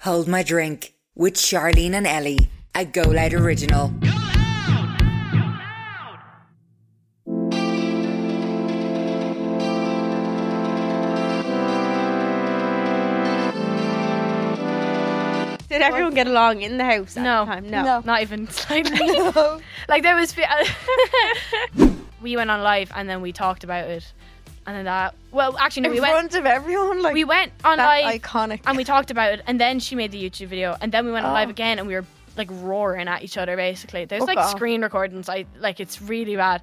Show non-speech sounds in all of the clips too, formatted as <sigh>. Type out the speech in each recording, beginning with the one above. Hold My Drink with Charlene and Ellie, a Go Loud original. Did everyone get along in the house at No. the time? no, No. not even <laughs> <laughs> slightly. like there was, fe- <laughs> we went on live and then we talked about it, and then that. Well, actually, no, <laughs> In we went. front of everyone, like We went on that's live iconic. and we talked about it, and then she made the YouTube video, and then we went on Oh. live again, and we were like roaring at each other basically. There's Fuck like off. screen recordings. I like it's really bad.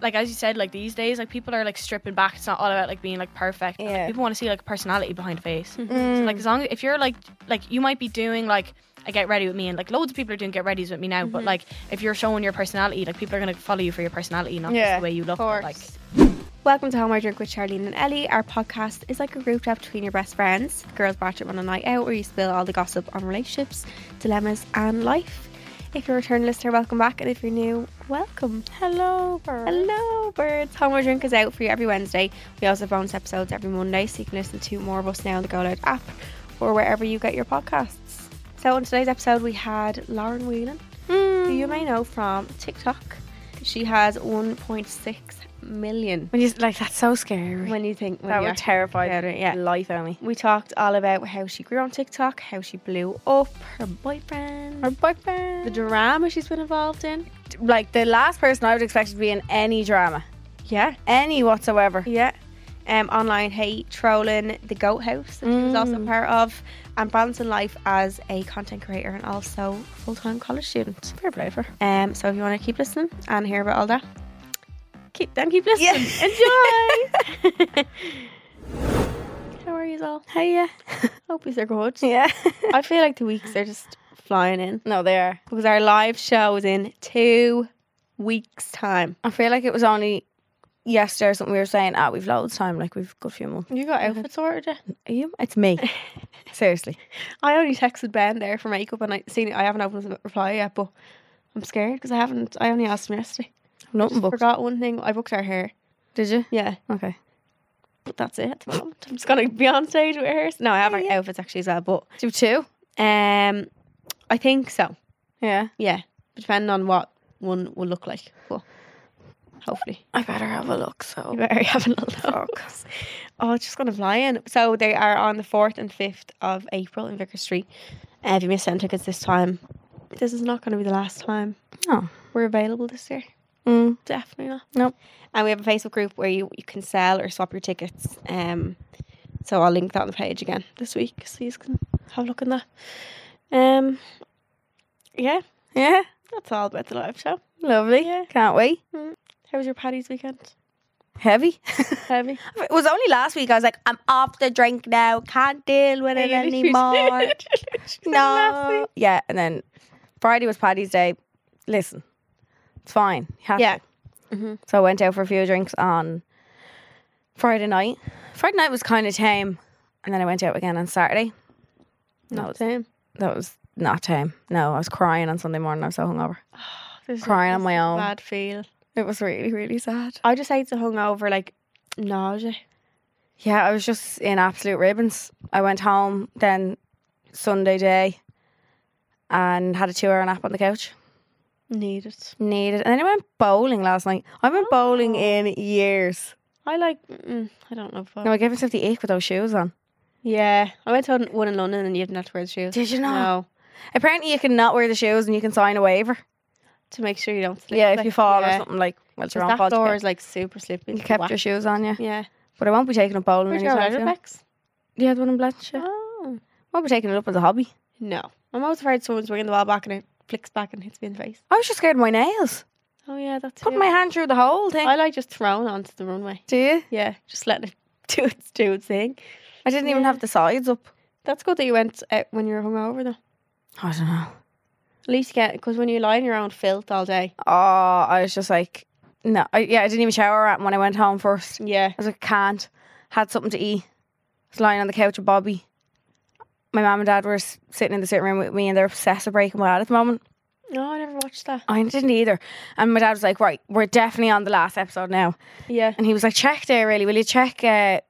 Like as you said, like these days, like people are like stripping back. It's not all about like being like perfect. Like, Yeah. people want to see like personality behind a face. So, like as long if you're like like you might be doing like a get ready with me and like loads of people are doing get readies with me now, but like if you're showing your personality, like people are gonna follow you for your personality, not Yeah, just the way you of look. but, course. Like Welcome to Home I Drink with Charlene and Ellie. Our podcast is like a group chat between your best friends. Girls watch it on a night out where you spill all the gossip on relationships, dilemmas, and life. If you're a return listener, welcome back. And if you're new, welcome. Hello, bird. Hello, birds. Home I Drink is out for you every Wednesday. We also have bonus episodes every Monday, so you can listen to more of us now on the Go Loud app or wherever you get your podcasts. So, in today's episode, we had Lauren Whelan who you may know from TikTok. She has 1.6 million. when you like that's so <laughs> scary. When you think when That you would actually terrify think the about it, yeah. life out of me. We talked all about how she grew on TikTok, how she blew up, her boyfriend, Her boyfriend. the drama she's been involved in. like the last person I would expect to be in any drama, Yeah, any whatsoever. yeah. Um, online hate, trolling, the goat house that she was Mm. also part of, and balancing life as a content creator and also full time college student. Fair play for. her. Um, so if you want to keep listening and hear about all that, keep then keep listening. Yeah. <laughs> <laughs> Enjoy. How are you all? Hey, <laughs> Hope you're good. yeah. <laughs> I feel like the weeks are just flying in no, they are. because our live show is in two weeks' time. I feel like it was only yesterday or something we were saying, ah, we've loads time, like we've good few months. You got outfits ordered? yet? Are you? <laughs> It's me. Seriously. I only texted Ben there for makeup and I seen it. I haven't opened the reply yet, but I'm scared because I haven't. I only asked him yesterday. Nothing booked. Forgot one thing. I booked our hair. Did you? Yeah, Okay. but that's it at the moment. I'm just gonna be on stage with hers. No, I have our outfits actually as well, but Do two? Um, I think so. Yeah. Yeah, depending on what one will look like. But hopefully, I better have a look, so. you better <laughs> have a little look. Oh, it's just gonna fly in. So they are on the fourth and fifth of April in Vicar Street. Uh, if you missed out on tickets this time, this is not gonna be the last time. No. We're available this year. Mm. Definitely not. Nope. And we have a Facebook group where you, you can sell or swap your tickets. Um, so I'll link that on the page again this week, so you can have a look in that. Um, yeah, Yeah. that's all about the live show. Lovely. Can't wait. How was your Paddy's weekend? Heavy. Heavy. It was only last week I was like, I'm off the drink now. Can't deal with <laughs> it <laughs> anymore. no. Yeah. And then Friday was Paddy's Day. Listen, it's fine. You have Yeah. Mm-hmm. to. So I went out for a few drinks on Friday night. Friday night was kind of tame. And then I went out again on Saturday. No, Not it's- same. That was not tame. No, I was crying on Sunday morning. I was <sighs> so hungover. Crying on my own. Bad feel. It was really, really sad. I just hate the hungover, like nausea. Yeah, I was just in absolute ribbons. I went home then Sunday day and had a two hour nap on the couch. Need it. Needed. And then I went bowling last night. I Oh. haven't bowling in years. I like. Mm, I don't know. if I- No, I gave myself the ache with those shoes on. Yeah, I went to one in London and you didn't have to wear the shoes. Did you not? No, Apparently, you can not wear the shoes and you can sign a waiver. to make sure you don't slip. Yeah, if like- you fall or yeah. something like, well, it's your 'Cause own that fault. you door kept- is like super slippery. You it's kept whack. your shoes on, yeah. Yeah. But I won't be taking up bowling Where'd you anytime go, soon. Leatherbox? Yeah, the one in Blanchard. I Oh. won't be taking it up as a hobby. No. I'm always afraid someone's bringing the ball back and it flicks back and hits me in the face. I was just scared of my nails. Oh, yeah, that's Putting my hand through the whole thing. I like just throwing onto the runway. Do you? Yeah, just <laughs> letting it do its, do its thing. I didn't even Yeah. have the sides up. That's good that you went eh, out when you were hungover, though. At I don't know. least you get, because when you lie in your own filth all day. Oh, I was just like, no. I, yeah, I didn't even shower at when I went home first. I Yeah. was like, can't. Had something to eat. was lying on the couch with Bobby. My mum and dad were s- sitting in the sitting room with me and they're obsessed with breaking bad at the moment. No, I never watched that. I didn't either. And my dad was like, right, we're definitely on the last episode now. Yeah. And he was like, check "Oh, there, really. Will you check? Uh, i-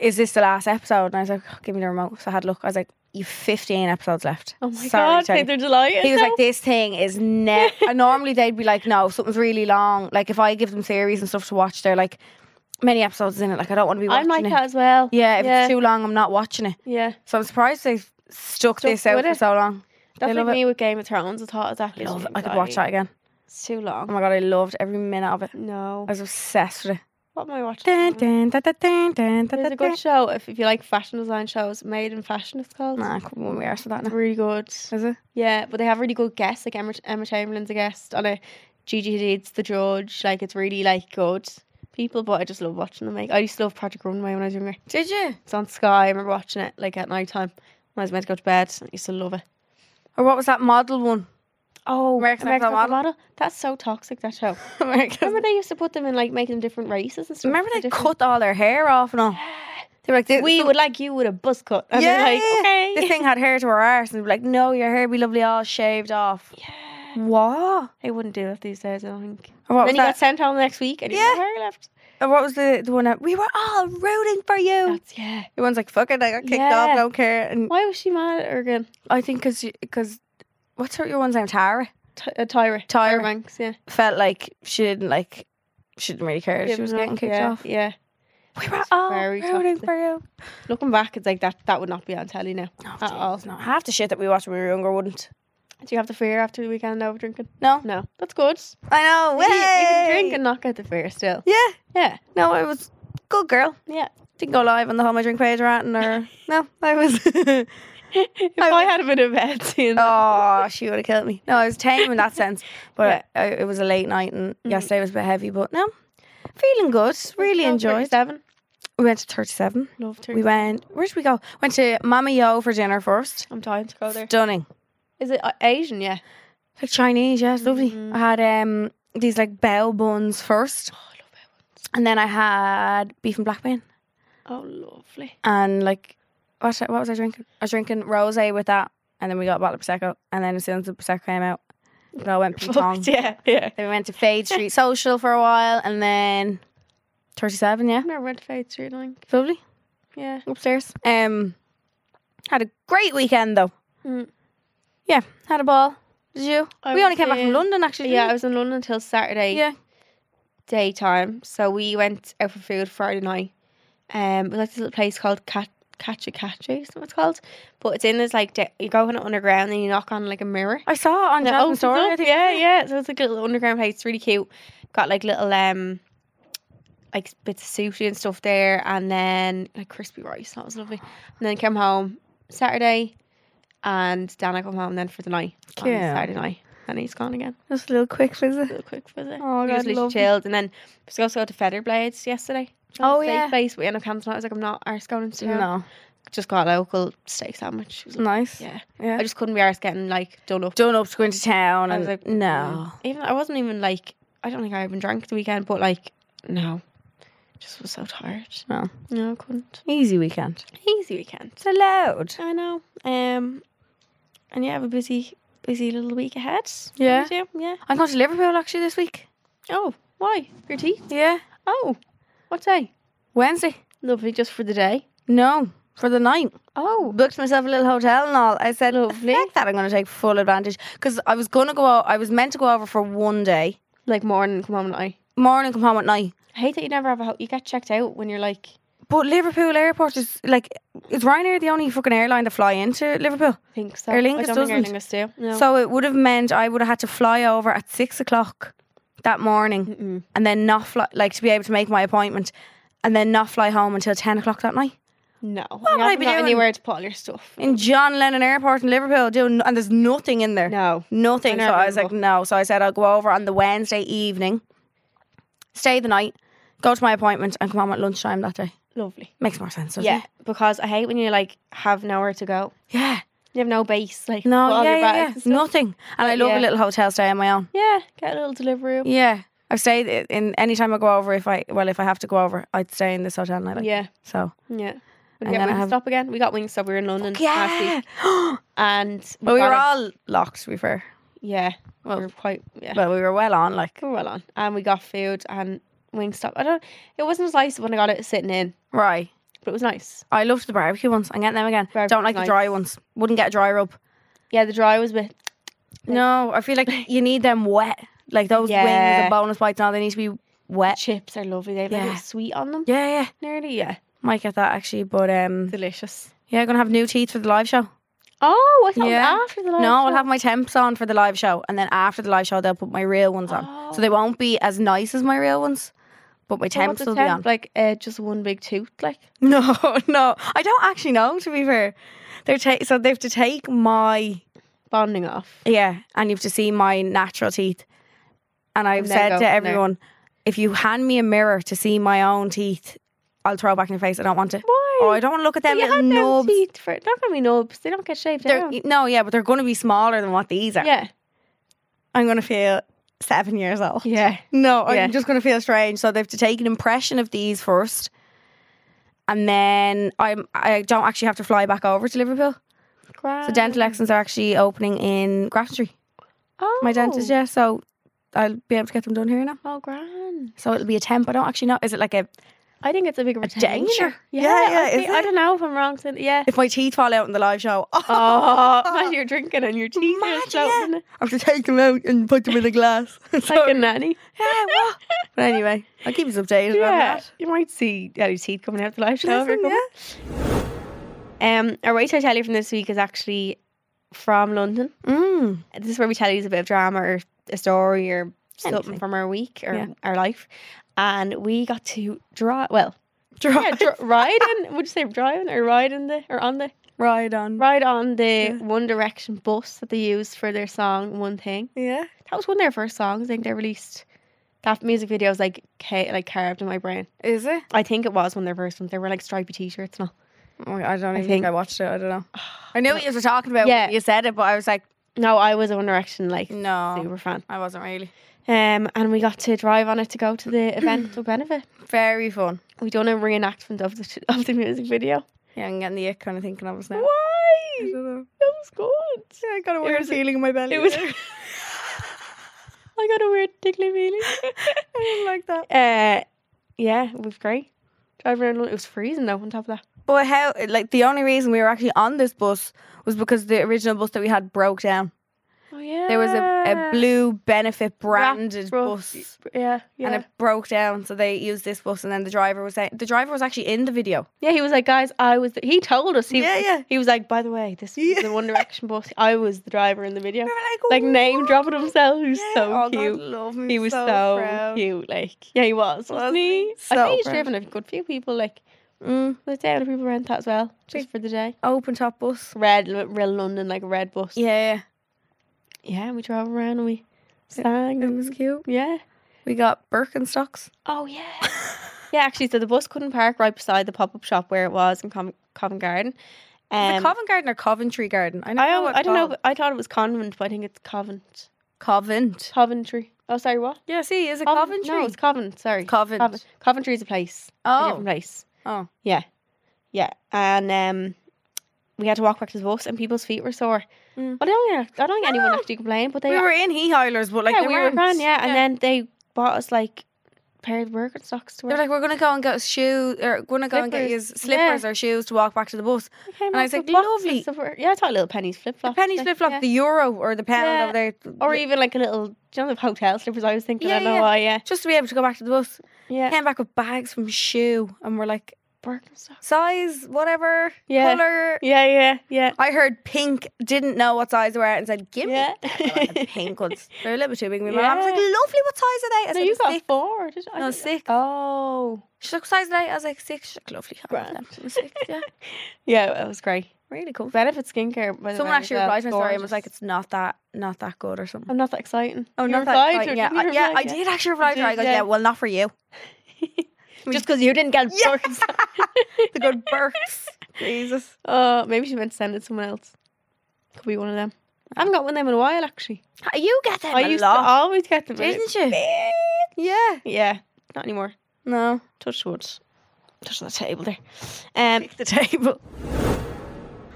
is this the last episode? And I was like, give me the remote. So I had a look. I was like, you 15 episodes left. Oh my Sorry, god, Tony. they're delighted. He was now. like, this thing <laughs> is net. and normally they'd be like, no, something's really long. Like if I give them series and stuff to watch, they're like, many episodes in it. Like I don't want to be I'm watching like it. that as well. Yeah, if yeah. it's too long, I'm not watching it. yeah. So I'm surprised they stuck, Stuck this out with for it. so long. That's love like me with Game of Thrones. I thought exactly. the Love it. same I could watch thing. that again. It's too Oh long. my god, I loved every minute of it. No. I was obsessed with it. What am I watching? now? Dun, dun, dun, dun, dun, dun, dun, There's Mm-hmm. a dun, good dun. show if, if you like fashion design shows. Made in Fashion, it's called. Nah, I couldn't be arsed with that It's now. really good. Is it? Yeah, but they have really good guests. Like Emma, Emma Chamberlain's a guest on it. Gigi Hadid's the judge. Like it's really like good people. But I just love watching them. Like I used to love Project Runway when I was younger. Did you? It's on Sky. I remember watching it like at night time when I was meant to go to bed. I used to love it. Or what was that model one? Oh, American American Idol Idol. Model. That's so toxic. That <laughs> show. Remember they used to put them in like making them different races and stuff. Remember for they different- cut all their hair <gasps> off and all. They were like, this, We some- would like you with a buzz cut. And yeah, yeah, like, yeah. okay. This thing had hair to her arse, and they'd be like, no, your hair be lovely all shaved off. Yeah. What? They wouldn't do it these days, I don't think. Or what then was you got that? sent home the next week and you Yeah. had no hair left. Or what was the, the one that we were all rooting for you? That's, yeah. The one's like, fuck it, I got kicked Yeah. off, don't care. And Why was she mad at her again? I think because because what's her your one's name Tara Ty- uh, Tyra. Tyra. Banks, yeah. felt like she didn't like she didn't really care. she Giving was up, getting kicked yeah, off. Yeah. We were It's all very rooting toxic. for you. Looking back, it's like that that would not be on telly now. No, At all. Jesus, no. Half the shit that we watched when we were younger wouldn't. Do you have the fear after the weekend over drinking? No, No. That's good. I know. You, can- you can way. drink and not get the fear still. Yeah, Yeah. no, I was good girl. Yeah. <laughs> Didn't go live on the How My Drink page or anything. <laughs> Or no, I was. <laughs> if I, would- had a bit of bed, <laughs> you know. Oh, she would have killed me. No, I was tame in <laughs> that sense, but I, it was a late night and Mhm. yesterday was a bit heavy. But no, Mm-hmm. feeling good. Really enjoyed. Seven. We went to thirty seven. Love turkey. We went. Where did we go? Went to Mama Yo for dinner first. I'm dying to go there. Stunning. Is it uh, Asian? Yeah. Like Chinese, yeah, it's lovely. Mhm. I had um these like bao buns first, Oh, I and then I had beef and black bean, love it. Oh, lovely. and like what what was I drinking? I was drinking rosé with that, and then we got a bottle of prosecco, and then as soon as the prosecco came out, it all <laughs> went pitong. Fucked, <laughs> yeah, yeah. Then we went to <laughs> Fade Street Social for a while, and then thirty seven, yeah, I've never went to Fade Street, I think. it's lovely Yeah. upstairs. Um, had a great weekend though. Mm. Yeah, had a ball. Did you? I we only was came back from in- London actually. didn't Yeah, we? I was in London until Saturday yeah. daytime. So we went out for food Friday night. Um, we like this little place called Cat Catcha Catcha, is that what it's called? But it's in this like da- you go in it underground and you knock on like a mirror. I saw it on And oh, it Jasmine's opens story. I up. think. Yeah, yeah. So it's like a little underground place. It's really cute. Got like little um like bits of sushi and stuff there and then like crispy rice. That was lovely. And then came home Saturday and Dana come home then for the night. on Cute. Saturday night. And he's gone again. Just a little quick visit. Real quick visit. Oh, We God, just literally lovely. chilled and then we was supposed to go to Feather Blades yesterday. Oh, steak yeah. place. We ended up cancelling. it. I was like, I'm not arse going to. No, Mm. Just got a local steak sandwich. It was nice. Yeah. yeah. I just couldn't be arse getting like done up. done up to go into town I and was like, no. mm. Even I wasn't even like I don't think I even drank the weekend, but like no, just was so tired. No. No, I couldn't. Easy weekend. Easy weekend. It's allowed. I know. Um, and yeah, I have a busy, busy little week ahead. Yeah. You do? Yeah. I'm going to Liverpool actually this week. Oh, why your teeth? Yeah. Oh, what day? Wednesday. Lovely, just for the day. No. For the night. Oh, Booked myself a little hotel and all. <laughs> I said, Lovely. Like that, I'm going to take full advantage. Because I was going to go out, I was meant to go over for one day. like morning. Come on, I Morning, come home at night. hate that you never have a. Ho- you get checked out when you're like. But Liverpool Airport is like, is Ryanair the only fucking airline to fly into Liverpool? I think so. Aer Lingus I don't doesn't. think Aer Lingus do. No. So it would have meant I would have had to fly over at six o'clock that morning Mm-mm. and then not fly, like to be able to make my appointment and then not fly home until 10 o'clock that night. no. What would I be doing? anywhere to put all your stuff. In John Lennon Airport in Liverpool, doing, and there's nothing in there. No. Nothing. So I never I was even like, go. no. So I said, I'll go over on the Wednesday evening, stay the night, go to my appointment, and come home at lunchtime that day. Lovely. Makes more sense, doesn't Yeah, it? because I hate when you like have nowhere to go. Yeah. You have no base. Like put No, all yeah, your yeah, bags yeah. and stuff. nothing. And I But love yeah. a little hotel stay on my own. Yeah, get a little delivery. Yeah. Yeah. I've stayed i- in any time I go over. If I well, if I have to go over, I'd stay in this hotel and I like yeah, so. yeah. We And get then I Wingstop have- stop again. We got Wingstop. We were in London last Yeah, week, and but we got were off- all locked. To be fair, Yeah, Well- we were quite yeah. but we were well on. Like we were well on, and we got food and Wingstop. I don't. It wasn't as nice when I got it sitting in. right, but it was nice. I loved the barbecue ones. I'm getting them again. Barbecue's Don't like the nice. dry ones. Wouldn't get a dry rub. Yeah, the dry was with. No, I feel like <laughs> you need them wet. Like those wings Yeah. and bonus bites now, they need to be wet. Chips are lovely. They have like a Yeah. little sweet on them. Yeah, yeah. Nearly, yeah. Might get that actually, but um Delicious. yeah, gonna have new teeth for the live show. Oh, I thought it was Yeah. after the live no, I'll show. have my temps on for the live show and then after the live show they'll put my real ones on. So they won't be as nice as my real ones. But my So what's temps a will temp? be on. Like uh, just one big tooth, like. <laughs> No, no. I don't actually know to be fair. They're ta- so they have to take my bonding off. Yeah, and you have to see my natural teeth. And I've And then go said to from there. everyone, if you hand me a mirror to see my own teeth, I'll throw it back in your face. I don't want to. Why? Oh, I don't want to look at them you little had them nubs. teeth for not gonna be nubs. They don't get shaved They're, e, down. no, yeah, but they're going to be smaller than what these are. Yeah, I'm going to feel seven years old. yeah. No, Yeah. I'm just going to feel strange. So they have to take an impression of these first. And then I'm, I don't actually have to fly back over to Liverpool. So dental lessons are actually opening in Grafton Oh, My dentist, yeah. So I'll be able to get them done here now. Oh, grand. So it'll be a temp. I don't actually know. Is it like a I think it's a big retainer. denture? Yeah, Yeah, yeah, I, think- is I it? don't know if I'm wrong. To, <laughs> yeah. if my teeth fall out in the live show? <laughs> Oh, <laughs> imagine you're drinking and your teeth are Mad, just floating. I have to take them out and put them in a glass. <laughs> Like a nanny. Yeah, what? But anyway, I'll keep us updated on Yeah, that. you might see any teeth coming out the live show. if you're Listen, coming. yeah. Um, our race I tell you from this week is actually from London. Mm. this is where we tell you a bit of drama or a story or something Anything. from our week or Yeah. our life. And we got to draw well, Dri- yeah, dr- ride in. Would you say driving or ride in the or on the <laughs> Ride on. ride on the Yeah. One Direction bus that they used for their song One Thing? Yeah. That was one of their first songs. I think they released that music video was like ca- like carved in my brain. Is it? I think it was one of their first ones. They were like stripy t-shirts and all. Oh, I don't even think, think- I watched it. I don't know. <sighs> I knew what you were talking about. Yeah. when You said it, but I was like, No, I was a One Direction like no, super fan. I wasn't really. Um, and we got to drive on it to go to <clears throat> the event benefit. Very fun. we done a reenactment of the of the music video. Yeah, I'm getting the ick kind of thinking of us now. I Why? don't know. That was good. Yeah, I got a weird weird feeling in my belly. It was. <laughs> I got a weird tickly feeling. <laughs> I didn't like that. uh, yeah, it was great. Driving around, Lon- it was freezing though. On top of that, But how? Like the only reason we were actually on this bus was because the original bus that we had broke down. oh yeah, There was a, a blue benefit Wrap branded bro- bus, Yeah, yeah, and it broke down. So they used this bus, and then the driver was saying the driver was actually in the video. yeah. He was like, guys, I was. The, he told us. He, Yeah, yeah. He was like, by the way, this is Yeah. the One Direction bus. I was the driver in the video. We were Like "Oh, name what?" dropping himself. He was Yeah. so Oh, God, cute. love me He was so, proud. cute. Like, yeah, he was, wasn't Wasn't he? he? I So think he's proud. driven a good few people. Like, Mm, the day when people rent that as well, just for the day. open top bus. Red, li- real London, like a red bus. Yeah, Yeah, and we drove around and we sang. it And, was cute. yeah. We got Birkenstocks. Oh yeah. <laughs> yeah, actually, so the bus couldn't park right beside the pop up shop where it was in Com- Covent Garden. Is Um, it Covent Garden or Coventry Garden? I, don't I, know al- what I don't know. Cov- but I thought it was Convent, but I think it's Covent. Covent. Coventry. Oh, sorry, what? Yeah, see, is it Covent- Coventry? No, it's Covent. Sorry. Covent. Covent. Coventry is a place. a Oh, different place. Oh. Yeah. Yeah. And um we had to walk back to the bus and people's feet were sore. Mm. But I don't think, I don't think anyone No. actually complained, but they we were in He Heilers, but like yeah, they we were weren't. grand, yeah. And then they bought us like a pair of burger socks to wear. They're like, we're gonna go and get shoes, or gonna go and get you Slippers. slippers or shoes to walk back to the bus. They came and out I was with like, lots of lovely. stuff for- Yeah, I thought little pennies flip The flops. penny like, flip flop, yeah. the euro or the pound Yeah. over there, Or even like a little do you know the hotel slippers I was thinking, I Yeah, don't know yeah. why, yeah. just to be able to go back to the bus. Yeah. Came back with bags from shoe, and we're like, Birkenstocks. size, whatever, Yeah. color. Yeah, yeah, yeah. I heard pink, didn't know what size they were, and said, "Give Yeah. me I got the pink ones." <laughs> They're a little bit too big. My mom was like, Yeah. "Lovely, what size are they?" I No, said, you got "Six." four, did I? No, think- six. Oh. She's like, "What size are they?" I was like, six. She's like, "Lovely, I love them." I was like, yeah, Yeah, it was great. really cool. Benefit skincare. <laughs> By the Someone way, actually as well. replied to my story and was like, Gorgeous. "It's not that, not that good" or something. I'm not that exciting. Oh, You not replied that. to exciting. it, yeah, didn't you? I, yeah, Replied, I yeah. did actually reply to her. I did, go, yeah. yeah. well, not for <laughs> you. <laughs> Just because you didn't get it. Yeah. Birkenstock. <laughs> The good Birks. Jesus. Uh, maybe she meant to send it to someone else. Could be one of them. I haven't got one of them in a while, actually. You get them I a used to lot, always get them. and didn't you? Yeah. it- Yeah, not anymore. No. Touch wood. Touch the table there. Um, <laughs> The table.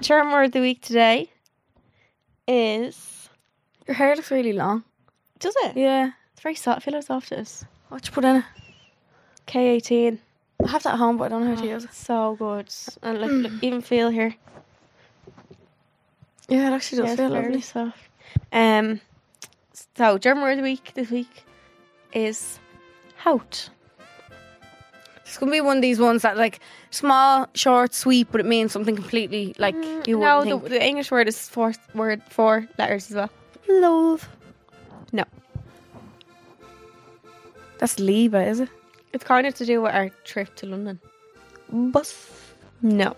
charm word of the week today is. Your hair looks really long. Does it? Yeah. It's very soft. I feel like it's soft. It is. What you put in it? K18. I have that at home, but I don't know how to use it. So good. And like, Mm. look, even feel here. Yeah, it actually does Yes, feel very lovely. soft. Um, so German word of the week this week is hout. It's gonna be one of these ones that like small, short, sweet, but it means something completely like you no, wouldn't the, think. the English word is four word four letters as well. Love. No, That's Liba, is it? it's kind of to do with our trip to London. Bus. No.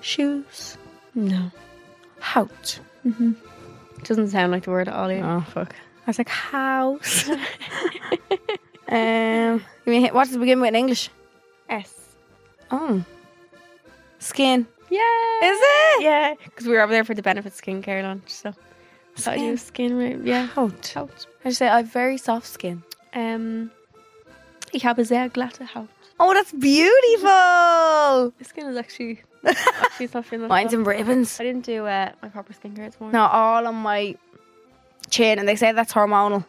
Shoes. No. Hout. Doesn't sound like the word at all. Either. Oh fuck. I was like house. um, <laughs> give me a hit. What does it begin with in English? <laughs> S. Oh, skin. Yeah. Is it? Yeah, because we were over there for the benefit skincare launch, so thought you skin right. Yeah. Hout. Haut. I just say I have very soft skin. Um, ich habe sehr glatte Haut. Oh, <laughs> that's beautiful. My skin is actually actually not feeling. that Mine's well. in ribbons. I didn't do uh, my proper skincare this morning. No, all on my chin, and they say that's hormonal.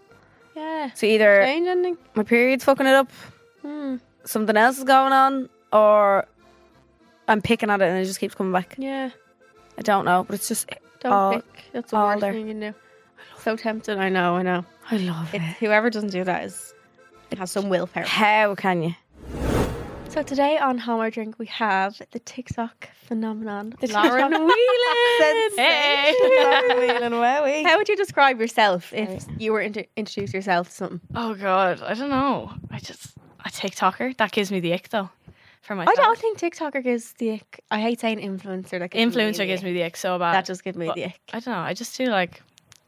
Yeah. So either Change ending. my period's fucking it up, Hmm. something else is going on, or I'm picking at it and it just keeps coming back. Yeah. I don't know, but it's just Don't All- pick. That's the all worst there. thing you can do. So tempted. I know. I know. I love it. It's, whoever doesn't do that is has some willpower. How can you? So today on How I Drink we have the TikTok phenomenon. Lauren Whelan. <laughs> Hey. How would you describe yourself if you were inter- introduce yourself to something? Oh god, I don't know. I just a TikToker that gives me the ick though. For I myself, don't think TikToker gives the ick. I hate saying influencer. That gives influencer gives the me the ick so ick. bad. that. Just gives me But the ick. I don't know. I just do like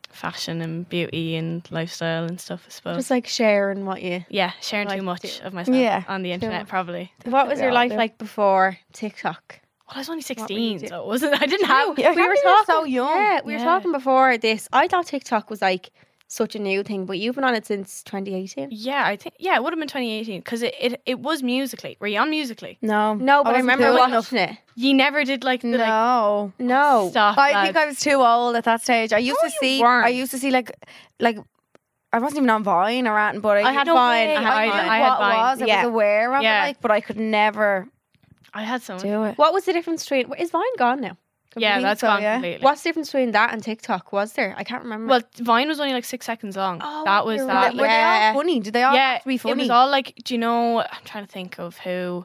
fashion and beauty and lifestyle and stuff. I suppose. Just like sharing what you. yeah, sharing like too much to- of myself Yeah, on the internet much. probably. What was we your all life do. like before TikTok? Well, I was only were you sixteen, doing? so it wasn't. I didn't have. <laughs> Yeah, we were probably not talking. so young. Yeah, we were Yeah. talking before this. I thought TikTok was like such a new thing, but you've been on it since 2018. Yeah, I think. Yeah, it would have been 2018 because it, it it was musically. Were you on musically? No, No, but I, wasn't remember cool watching enough. it. You never did like the like, No, No, stuff. I think I was too old at that stage. I used No, to you see. weren't. I used to see like, like, I wasn't even on Vine or anything, but I, I had no Vine, way. I had I knew Vine. what I had it Vine. was. I Yeah. was aware of Yeah. it, like, but I could never I had some. do it. What was the difference between? Is Vine gone now? Yeah, think that's so, gone yeah. completely. What's the difference between that and TikTok? Was there? I can't remember. Well, Vine was only like six seconds long. Oh, that was you're right. that. Were Like, they Yeah. all funny? Did they all yeah, have to be it funny? was all like, do you know? I'm trying to think of who.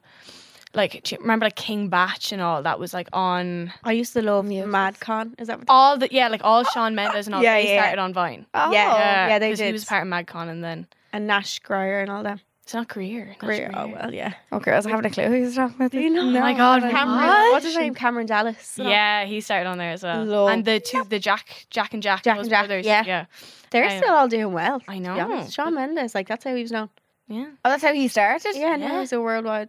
Like, do you remember like King Batch and all that was like on I used to love Yeah, it was- MadCon. Is that what? all the yeah like all Sean Mendes and all Oh, Yeah, they yeah. started on Vine. Oh. Yeah. they 'cause did. He was part of MadCon and then and Nash Grier and all them. it's not career. Grier. Oh well, yeah. <laughs> Okay, I was having a clue who was talking about this. Oh my god, Cameron. what? What's his name? Cameron Dallas. Yeah, he started on there as well. Love. And the two, the Jack, Jack and Jack, Jack those and Jack, brothers. yeah. yeah, They're I- still all doing well. I to be know. honest. Shawn Mendes, like that's how he was known. yeah. Oh, that's how he started? Yeah, now Yeah. he's a worldwide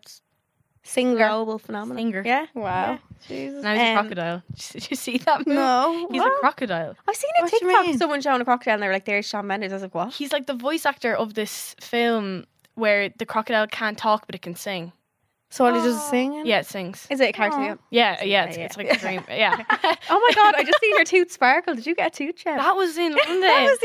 Singer. global phenomenon. Singer. Yeah. Wow. Now he's a Um, crocodile. <laughs> Did you see that? move? No. He's a crocodile. I've seen a What do you TikTok mean? someone showing a crocodile and they were like, "There's Shawn Mendes." I was like, "What?" He's like the voice actor of this film where the crocodile can't talk but it can sing. So what, he's Oh. just singing? Yeah, it sings. Is it a character? Aw. name? Yeah, yeah, it's, yeah. it's like a dream. <laughs> Yeah, Oh my god! I just <laughs> seen your tooth sparkle. Did you get a tooth check? that was in London. the other I was <laughs>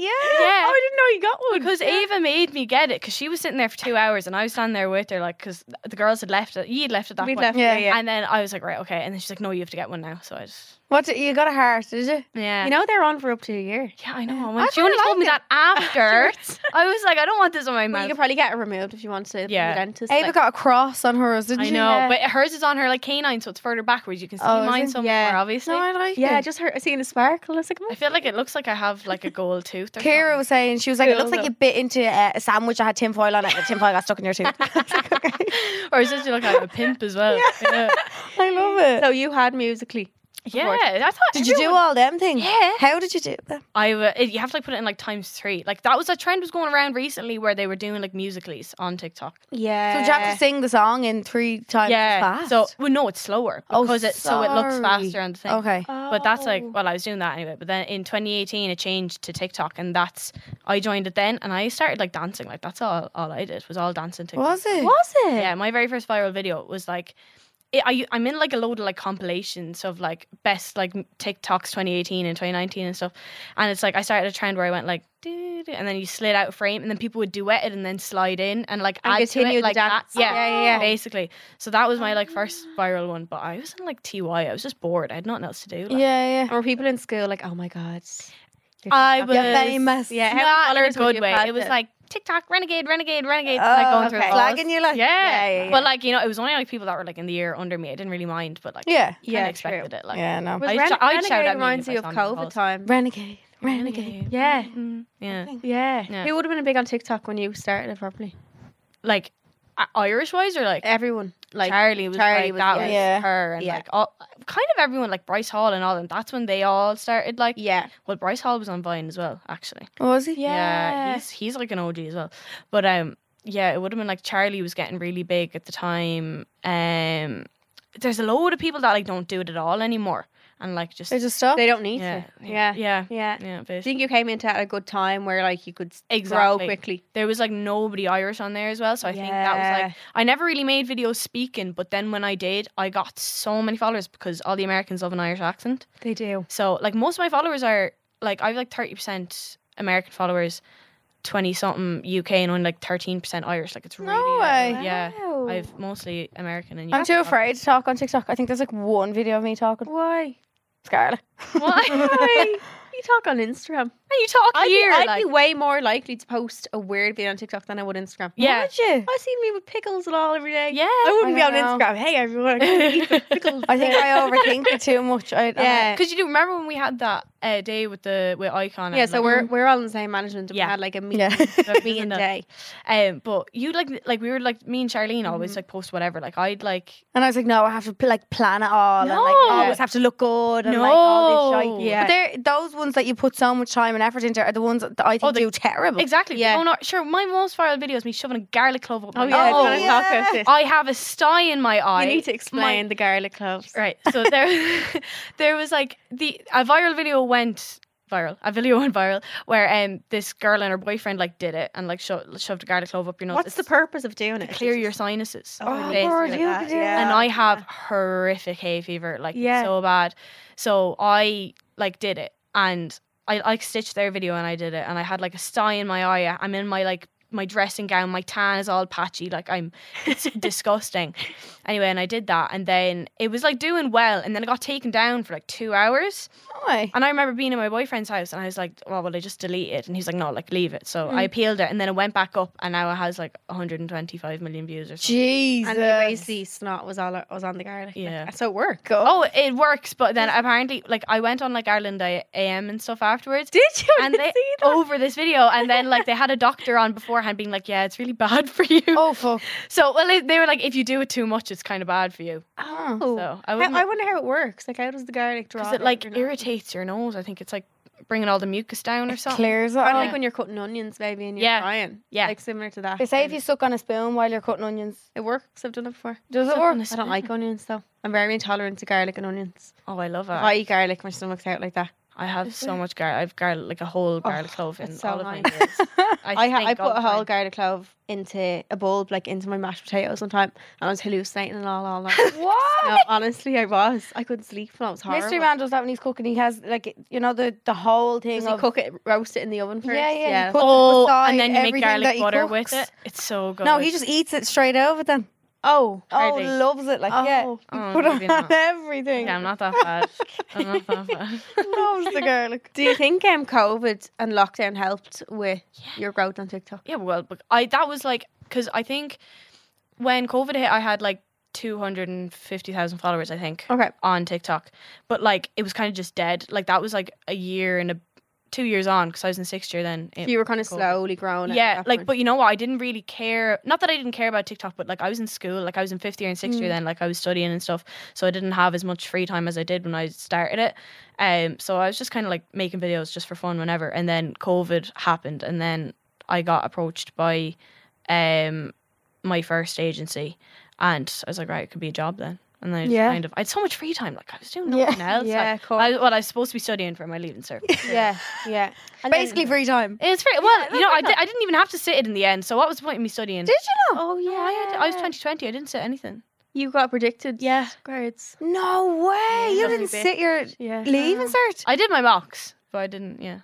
yeah. Oh, I didn't know you got one. Because Ava made me get it because she was sitting there for two hours and I was standing there with her like because the girls had left it. You had left at that We've point. left. Yeah. Yeah, yeah. And then I was like, right, okay. And then she's like, no, you have to get one now. So I just What, you got a heart, did you? yeah, You know they're on for up to a year. yeah, I know. I When she kinda only told me liked that <laughs> after, I was like, I don't want this on my Well, you mouth. could probably get it removed if you want to. Yeah. The dentist, Ava like- got a cross on hers, didn't I she? know, but hers is on her like canine, so it's further backwards. You can see Oh, is mine it? somewhere, Yeah. obviously. No, I like yeah, I it. just heard, I seen a sparkle. I was like, I feel like it looks like I have like a gold tooth. Or Kira something. was saying, she was like, it Cool, looks like though. you bit into uh, a sandwich that had tinfoil on it, and the tinfoil got stuck in your tooth. <laughs> <laughs> or is it like I'm a pimp as well? Yeah, I love it. so you had musically. yeah. I thought. Did you do everyone- all them things? Yeah. How did you do them? I wa- it, you have to like put it in like times three. Like that was a trend was going around recently where they were doing like musicallys on TikTok. Yeah. So did you have to sing the song in three times yeah. fast? So well, no, it's slower Oh, because it so it looks sorry. faster on the thing. Okay. But that's like Oh. well, I was doing that anyway. But then in 2018, it changed to TikTok, and that's I joined it then, and I started like dancing. Like that's all all I did was all dancing TikTok. Was it? Was it? Yeah, my very first viral video was like it, I, I'm in like a load of like compilations of like best like TikToks 2018 and 2019 and stuff. And it's like I started a trend where I went like, doo, doo, and then you slid out of frame, and then people would duet it and then slide in and like And add to continue it the like that. dance. Yeah, Yeah, yeah, yeah. Ah. basically. So that was my like first viral one. But I wasn't like TY. I was just bored. I had nothing else to do. Like, yeah, Or were people in school like, oh my God. you're I TikTok was famous." famous. Yeah, not how many in a followers would good you way. have It was had like TikTok, renegade, renegade, renegade, Oh, like going through okay. all this. Flagging you, <laughs> like? yeah. Yeah, yeah, yeah. But like you know, it was only like people that were like in the year under me. I didn't really mind, but like yeah, Yeah, true. yeah, kind of expected it. Like yeah. No, Was I'd Ren- sh- I'd shout Renegade at me reminds if you I of saw them in the COVID halls. time. renegade, renegade. renegade. Yeah. Mm, yeah. Yeah. Yeah. Who would have been big on TikTok when you started it properly? Like Irish wise or like Everyone. like Charlie Charlie was Charlie like was- that yeah. was Yeah. her and Yeah. like all kind of everyone like Bryce Hall and all and that's when they all started like Yeah. well Bryce Hall was on Vine as well actually Was he? yeah he's he's like an OG as well but um yeah it would have been like Charlie was getting really big at the time um there's a load of people that like don't do it at all anymore and like just They just stopped. They don't need yeah, to. yeah Yeah. yeah Yeah. yeah I basically. think you came into it at a good time where like you could s- grow Exactly. quickly. there was like nobody Irish on there as well. So I think that was like I never really made videos speaking, but then when I did, I got so many followers because all the Americans love an Irish accent. They do. So like most of my followers are like I've like thirty percent American followers, twenty something UK, and only like thirteen percent Irish. Like it's really low. way. yeah. I've mostly American and I'm UK too followers. afraid to talk on TikTok. I think there's like one video of me talking. Why? Scarlet. <laughs> Why? Why? you talk on Instagram. you talk I'd, here? be, I'd like, be way more likely to post a weird video on TikTok than I would Instagram. yeah, Would you? I seen me with pickles and all every day. yeah. I wouldn't I be on don't know. Instagram. Hey <laughs> everyone, I eat some pickles. I think <laughs> I overthink it too much. I, Yeah. Because you do remember when we had that uh, day with the with Icon? yeah, and, so like, we're we're all in the same management. and Yeah. We had like a I, meeting, yeah. that meeting <laughs> wasn't it? day. Um, but you like like we were like me and Charlene Mm-hmm. always like post whatever. Like I'd like and I was like, no, I have to pl- like plan it all, and like No. always have to look good, and like all this No. shit. Yeah. But they're, those ones that you put so much time and effort into are the ones that I think Oh, the- do terrible. exactly. Yeah. Oh no, sure. My most viral video is me shoving a garlic clove up. Oh my yeah, I nose. want to talk about this. I have a sty in my eye. You need to explain the garlic cloves. Right. So there, <laughs> there was like the a viral video went viral. A video <laughs> went viral where um this girl and her boyfriend like did it and like sho- shoved a garlic clove up your nose. What's the It's purpose of doing it? to clear your sinuses. Oh, basically. Lord, you that, could do yeah. that. and I have horrific hay fever, like it's Yeah. so bad. So I like did it, and I like stitched their video, and I did it, and I had like a sty in my eye. I'm in my like my dressing gown, my tan is all patchy, like I'm <laughs> it's disgusting. Anyway, and I did that, and then it was like doing well, and then it got taken down for like two hours. Why? And I remember being in my boyfriend's house and I was like, "Oh, well, will I just delete it? And he's like, no, like, leave it. So Mm. I appealed it and then it went back up and now it has like 125 million views or something. Jesus. and basically snot was all was on the garlic. Yeah. Like, so it worked. Oh, it works, but then apparently, like, I went on like Ireland I- AM and stuff <laughs> afterwards. Did you? I and didn't they see that. over this video, and then like they had a doctor on beforehand being like, "Yeah, it's really bad <laughs> for you." <laughs> Oh fuck. So, well, they, they were like, "If you do it too much, it's kind of bad for you." Oh. Oh. So I How- wouldn't I wonder how it works. Like, how does the garlic draw? because it like irritates your nose. I think it's like bringing all the mucus down or something. Clears it. Kind all. like when you're cutting onions, maybe, and you're Yeah. frying. Yeah. Like similar to that. They say if you suck on a spoon while you're cutting onions, It works. I've done it before. does it Suck work? on a I don't spoon. like onions though. I'm very intolerant to garlic and onions. Oh, I love it. If I I, eat garlic, my stomach's out like that. have so much garlic. I've garlic like a whole garlic clove in that's so all of my nice. meals. I, ha- stink I put all a the whole time. garlic clove into a bulb, like into my mashed potatoes one time, and I was hallucinating and all, all night. <laughs> what? no, honestly, I was. I couldn't sleep, and I was horrible. Mystery Man does that when he's cooking. He has like you know the the whole thing Does he of cook it, roast it in the oven first? yeah yeah. he puts it Oh, beside and then you make everything that garlic he butter with cooks. it. It's so good. No, he just eats it straight over them. Oh, Oh, Hardly. loves it like yeah. Oh. He Oh, put it maybe on <laughs> not. everything. Yeah, I'm not <laughs> that bad. I'm not that bad. loves the <laughs> garlic. Do you think um, COVID and lockdown helped with your growth on TikTok? Yeah, well, but I that was like because I think when COVID hit, I had like two hundred and fifty thousand followers, I think, Okay. on TikTok. But like, it was kind of just dead. Like that was like a year and a two years on because I was in sixth year then. It- You were kind of Cool. slowly growing. at yeah, that like, point. but you know what? I didn't really care. Not that I didn't care about TikTok, but like I was in school, like I was in fifth year and sixth year Mm. then, like I was studying and stuff. So I didn't have as much free time as I did when I started it. Um, so I was just kind of like making videos just for fun whenever. And then COVID happened, and then I got approached by um my first agency, and I was like, right, it could be a job then. And then I just Yeah. kind of, I had so much free time, like I was doing Yeah. nothing <laughs> else. yeah, like, of course. I, well, I was supposed to be studying for my leaving cert. <laughs> yeah, yeah. And then- Basically free time. It was pretty well, that's you know. I, fair did, I didn't even have to sit it in the end. So what was the point of me studying? Did you know? oh yeah, I, had- I was 2020. I didn't say anything. You got predicted. Yeah. Grades. No way! Yeah, you lovely didn't bit. sit your Yeah. leave insert. I did my mocks, but I didn't. Yeah,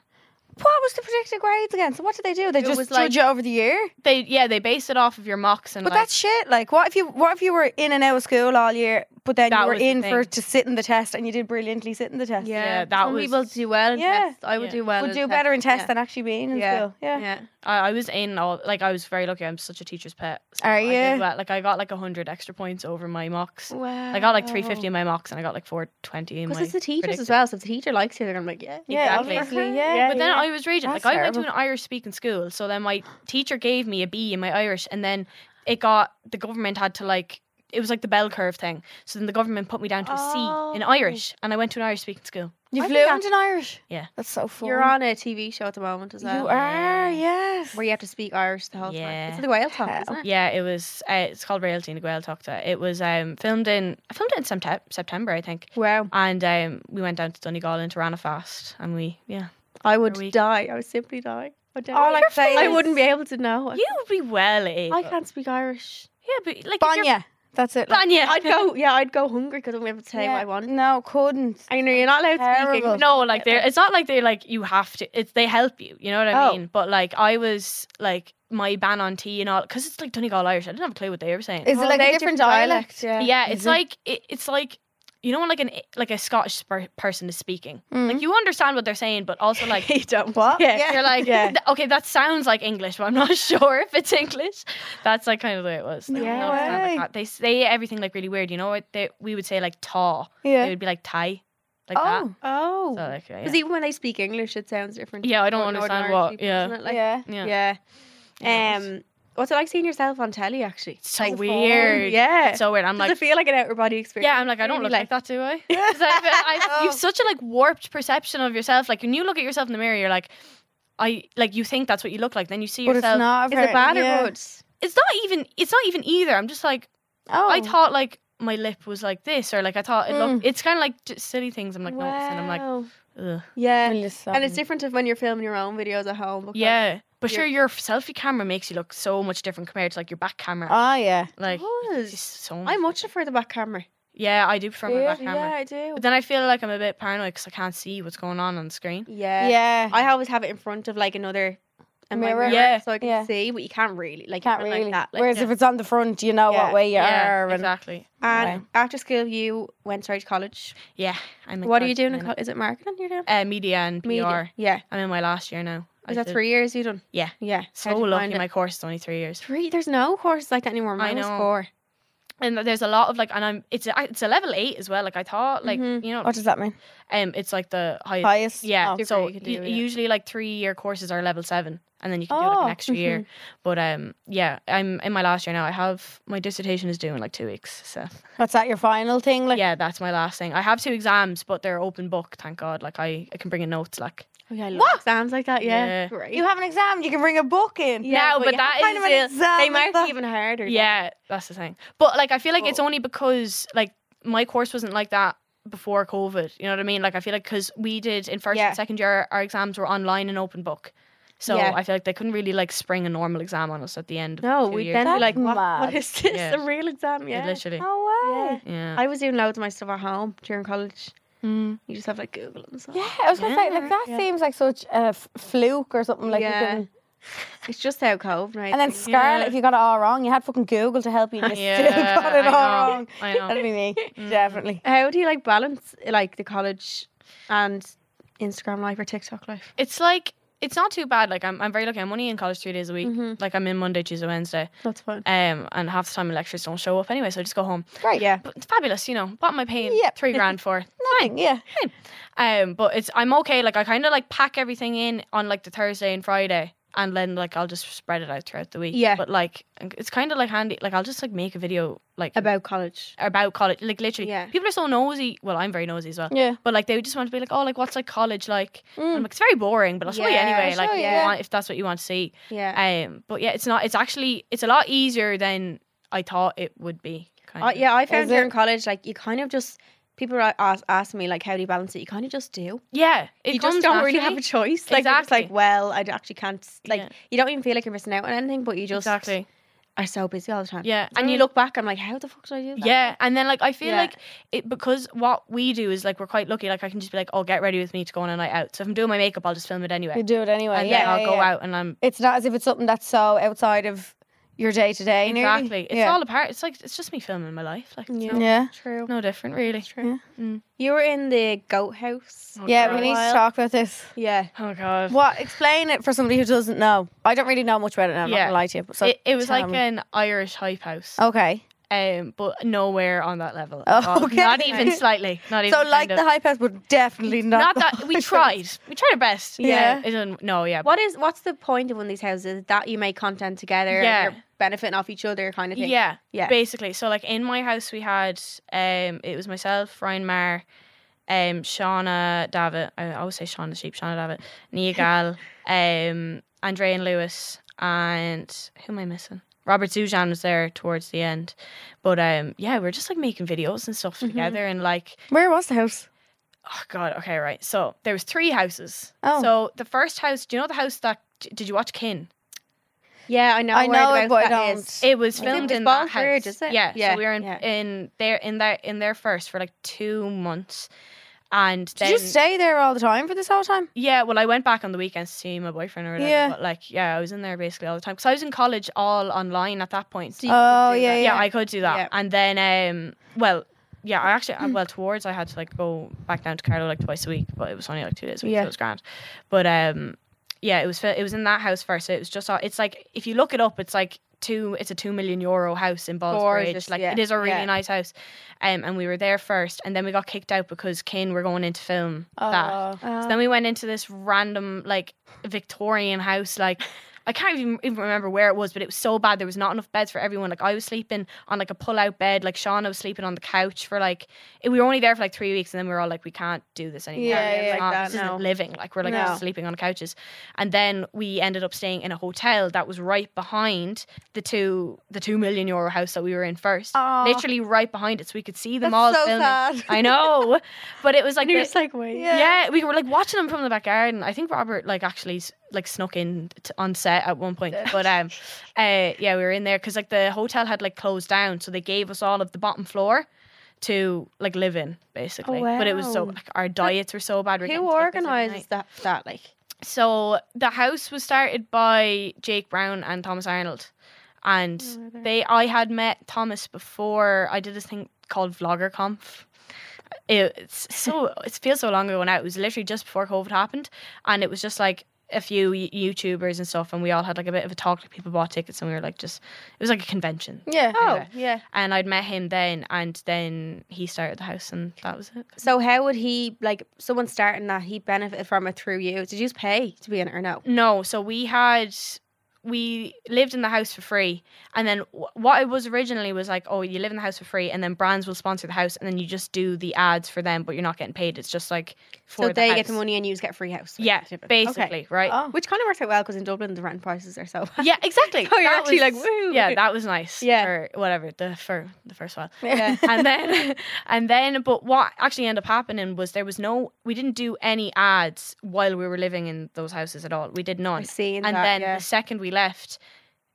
What was the predicted grades again? So what did they do? They It just was judge like- you over the year. they yeah they based it off of your mocks and But like, that's shit. Like, what if you what if you were in and out of school all year, but then That you were was the in for thing. to sit in the test and you did brilliantly sit in the test? Yeah, that Some was- people do well in Yeah. tests. I would Yeah. do well. would in do tests. better in tests Yeah. than actually being in Yeah. school. Yeah. yeah. I, I was in all like I was very lucky. I'm such a teacher's pet. so Are I did you? well. Like I got like hundred extra points over my mocks. Wow. I got like 350 in my mocks and I got like 420 in my. Because it's the teachers as predicted. well. So if the teacher likes you, they're gonna be like, yeah. Yeah, Exactly. obviously. But Yeah. But then I was reading, That's like I went to an terrible. Irish speaking school, so then my teacher gave me a B in my Irish, and then it got the government had to like it was like the bell curve thing. So then the government put me down to a C in Oh. Irish, and I went to an Irish speaking school. you I think fluent in Irish. Yeah. that's so fun. You're on a TV show at the moment as You well. are. Yes. Where you have to speak Irish the whole time. Yeah. It's the Whale Talk, isn't it? Yeah, it was. Uh, it's called Realty in the Gael Tocta. It was um, filmed in. I filmed it in September, September I think. Wow. And um, we went down to Donegal into Ranafast, and we yeah. I would week. die. I would simply die. I, don't All Oh, I can say I is- wouldn't be able to know. You would be well, eh? I can't speak Irish. Yeah, but like if you're- Banya. That's it. like- Banya. I'd go. Yeah, I'd go hungry because I wouldn't be able to say Yeah. what I want. No, couldn't. I know you're not allowed Terrible. speaking. No, like they're it's not like they like you have to. It's they help you. You know what I Oh. mean? But like I was like my ban on tea and all because it's like Donegal Irish. I didn't have a clue what they were saying. Is Well, it like they a have different different dialect? dialects, yeah. yeah, it's Mhm. like it, it's like you know when like an like a Scottish per- person is speaking. Mhm. Like you understand what they're saying, but also <laughs> <laughs> like you don't. What? Yeah. you're like Yeah. "Th- okay, that sounds like English, but I'm not <laughs> sure if it's English. That's like kind of the way it was. Like, you Yeah. know, it's not Way. like that. They say everything like really weird. You know what they we would say like ta. It Yeah. would be like Thai, like that. Oh. Oh. So like yeah. Because even when they speak English, it sounds different. Yeah, I don't Or Northern understand Irish what- people, yeah. isn't it? Like, yeah. yeah. yeah. Yeah, it's- Um, what's it like seeing yourself on telly? Actually, It's so Like, weird. Yeah. It's so weird. I'm Does like, it feel like an outer body experience? yeah, I'm like, I don't Really, look like, that, do I? <laughs> 'Cause I, I, You've such a like warped perception of yourself. Like when you look at yourself in the mirror, you're like, I like you think that's what you look like. Then you see But it's yourself. not. Is it bad or yeah. good? It's not even. It's not even either. I'm just like, Oh, I thought like my lip was like this, or like I thought it looked. It's kind of like just silly things. I'm like noticing. I'm like, Wow. Ugh. yeah. Well, listen. And it's different if when you're filming your own videos at home. because- yeah. But you're- sure, your selfie camera makes you look so much different compared to like your back camera. Oh yeah. like, does. it's just so much. I much prefer the back camera. yeah, I do prefer my back camera. Yeah, I do. But then I feel like I'm a bit paranoid because I can't see what's going on on the screen. Yeah. Yeah. I always have it in front of like another a Mirror. mirror, Yeah. so I can Yeah. see, but you can't really like you Can't can't really. like that. Like, Whereas if it's on the front, you know Yeah. what way you are. Yeah, and- exactly. and Wow. after school, you went straight to college. Yeah, I'm. what are you doing in college? college? Is it marketing you're doing? Uh, media and PR. Media. Yeah. I'm in my last year now. I Is that did- three years you done? Yeah. Yeah. How'd So you lucky. find it? My course is only three years, Three. There's no courses like that anymore. I Mine was know. four. and there's a lot of like, and I'm. It's a, it's a level eight as well. Like I thought, like Mhm. you know, What does that mean? um, it's like the highest. Highest. Yeah. Oh. So Degree you can u- do, yeah. usually like three year courses are level seven, and then you can do like Oh, an extra year. mm-hmm. But um, yeah, I'm in my last year now. I have my dissertation is due in like two weeks, so. What's that? Your final thing? Like. yeah, that's my last thing. I have two exams, but they're open book. Thank God. Like I, I can bring in notes. Like Oh yeah. I love What? exams like that? Yeah. Yeah. Great. You have an exam. You can bring a book in. Yeah, No, but but you that have kind is of an it. exam They like mark that. even harder. don't yeah, that's the thing. But like I feel like it's Oh. only because like my course wasn't like that before COVID. You know what I mean? Like I feel like because we did in first Yeah. and second year, our exams were online and open book. So Yeah. I feel like they couldn't really like spring a normal exam on us at the end. they? No, two we'd years. then be That's like, what, what mad. is this? Yeah. A real exam? Yeah, Yeah. literally. Oh. No way. Yeah. I was doing loads of my stuff at home during college. Hmm. Mm. You just have like Google and stuff. Yeah. I was gonna say like that Yeah. seems like such a f- fluke or something like Yeah. you could It's just how COVID, right? and then Scarlett, Yeah. if you got it all wrong, you had fucking Google to help you. and You still <laughs> Yeah, got it I all know, wrong. I know. Mm. That'd be me, definitely. how do you like balance like the college and Instagram life or TikTok life? It's like it's not too bad. Like I'm, I'm very lucky. I'm only in college three days a week. Mhm. Like I'm in Monday, Tuesday, Wednesday. That's fun. Um, and half the time my lectures don't show up anyway, so I just go home. Great. Yeah. But it's fabulous, you know. Bought my pain Yeah. three grand <laughs> for. it. Nothing. Yeah. Um, but it's I'm okay. Like I kind of like pack everything in on like the Thursday and Friday, and then like I'll just spread it out throughout the week. Yeah. But like it's kind of like handy. Like I'll just like make a video like About college. about college. Like literally, Yeah. people are so nosy. Well, I'm very nosy as well. Yeah. But like they just want to be like, oh, like what's like college like? And I'm like, it's very boring, but I'll show Mm. Yeah, you anyway. I'll like show you, if you yeah. want- if that's what you want to see. Yeah. Um, but yeah, it's not. It's actually it's a lot easier than I thought it would be. Kind I, Uh, yeah, I found Is during it? college, like you kind of just people are ask, asking me like, how do you balance it? You kind of just do. yeah. It you just comes don't really have naturally. a choice. Like you're just Exactly. like, well, I actually can't. Like Yeah. you don't even feel like you're missing out on anything, but you just exactly. are so busy all the time. Yeah, And you look back, I'm like, how the fuck did I do that? Yeah, and then like I feel Yeah. like it because what we do is like we're quite lucky. Like I can just be like, "Oh, get ready with me to go on a night out." So if I'm doing my makeup, I'll just film it anyway, You do it anyway. and yeah, then I'll yeah, go yeah. out and I'm It's not as if it's something that's so outside of your day to day. exactly. It's all a part. It's like it's just me filming my life. Like it's Yeah. no, Yeah. True. no different really. True. Mm. You were in the goat house. Oh, Yeah, God. we need to Wild. talk about this. Yeah. Oh god. What? Explain it for somebody who doesn't know. I don't really know much about it. And I'm Yeah. not gonna lie to you. So it, it was tell like me. an Irish hype house, okay. um, but nowhere on that level. Oh, at all. okay. Not even slightly. Not even. So like kind of. the hype house, but definitely not. Not that <laughs> we tried. We tried our best. Yeah. It didn't, no. Yeah. What is what's the point of one of these houses that you make content together Yeah. and you're benefiting off each other kind of thing? Yeah, Yeah. Basically, so like in my house, we had um, it was myself, Ryan Marr, um, Shauna Davitt. I always say Shauna the Sheep, Shauna Davitt, Nia Gall, um, Andrea and Lewis, and who am I missing? Robert Zujan was there towards the end, but um, yeah, we were just like making videos and stuff together, and like, Where was the house? oh god, okay, right. So there was three houses. Oh. so the first house, do you know the house that did you watch Kin? Yeah, I know. I know whereabouts it, but I that don't. is. It was I think filmed it's in that Balfour, house. is it? Yeah, Yeah, So we were in, yeah. in there in their in their first for like two months, and Did then you stay there all the time for this whole time? yeah. Well, I went back on the weekends to see my boyfriend or whatever. Yeah. But like, yeah, I was in there basically all the time because I was in college all online at that point. Do you Oh do yeah, that? yeah. yeah, I could do that. Yeah. Hmm. And then, um, well, yeah, I actually, well, towards I had to like go back down to Carlo like twice a week, but it was only like two days a week, Yeah. so it was grand. But um, yeah, it was fi- it was in that house first. So it was just all, it's like if you look it up, it's like two, it's a two million euro house in Ballsbridge. Gorgeous, Like yeah, it is a really yeah. nice house. Um, and we were there first, and then we got kicked out because Kane were going into film that. Oh. Um, So then we went into this random like Victorian house, like I can't even, even remember where it was, but it was so bad. There was not enough beds for everyone. Like I was sleeping on like a pull-out bed. Like Shauna was sleeping on the couch for like it, we were only there for like three weeks, and then we were all like, we can't do this anymore. Yeah, It's yeah, like not- that, "Oh, this isn't no. living. Like we're like No. just sleeping on couches, and then we ended up staying in a hotel that was right behind the two the two million euro house that we were in first. Aw. Literally right behind it, so we could see them That's all so filming. sad. I know, but it was like And you're the- just like, wait. Yeah. yeah. we were like watching them from the back garden. I think Robert like actually s- like snuck in t- on set at one point, but um, <laughs> uh, yeah, we were in there because like the hotel had like closed down, so they gave us all of the bottom floor to like live in basically. But it was so wow. like our diets were so bad. we were Who getting tickets every night. organises that, that? Like, So the house was started by Jake Brown and Thomas Arnold, and they I had met Thomas before I did this thing called Vlogger Conf. It- It's so it feels so long ago now. It was literally just before COVID happened, and it was just like a few y- YouTubers and stuff, and we all had like a bit of a talk. Like people bought tickets, and we were like just it was like a convention. Yeah. oh, Anyway. yeah. And I'd met him then, and then he started the house, and that was it. So how would he like someone starting that he benefited from it through you? Did you just pay to be in it or no? No, so we had we lived in the house for free, and then wh- what it was originally was like, oh, you live in the house for free, and then brands will sponsor the house, and then you just do the ads for them, but you're not getting paid. It's just like for so the they house. get the money and you just get free house. Yeah, Different. basically, right? Oh. Which kind of works out well because in Dublin the rent prices are so. Yeah, exactly. Oh, you're That actually like, was- woo. Yeah, that was nice. Yeah. for whatever the for the <laughs> first while. <laughs> <laughs> Yeah. and then and then but what actually ended up happening was there was no we didn't do any ads while we were living in those houses at all we did none seen and that, then yeah. the second we left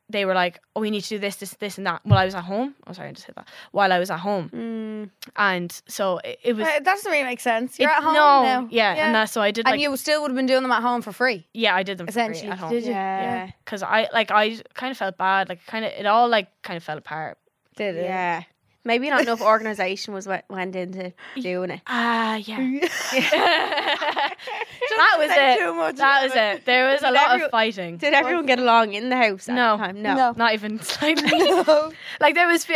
they were like oh we need to do this this this and that while i was at home i'm sorry i just hit that while i was at home Mm. and so it, it was That doesn't really make sense. You're it- at home no now. yeah, and that's so i did And like you still would have been doing them at home for free. yeah i did them for free Essentially, at home did you? Yeah. because i like i kind of felt bad like kind of it all like kind of fell apart Did yeah, it? Maybe not enough organisation was what went into doing it. ah <laughs> <laughs> <laughs> yeah that Don't was say it too much that about was it there was a Did lot everyone- of fighting Did everyone get along in the house? At No. the time? no, No. Not even <laughs> <laughs> slightly. like there was, fe-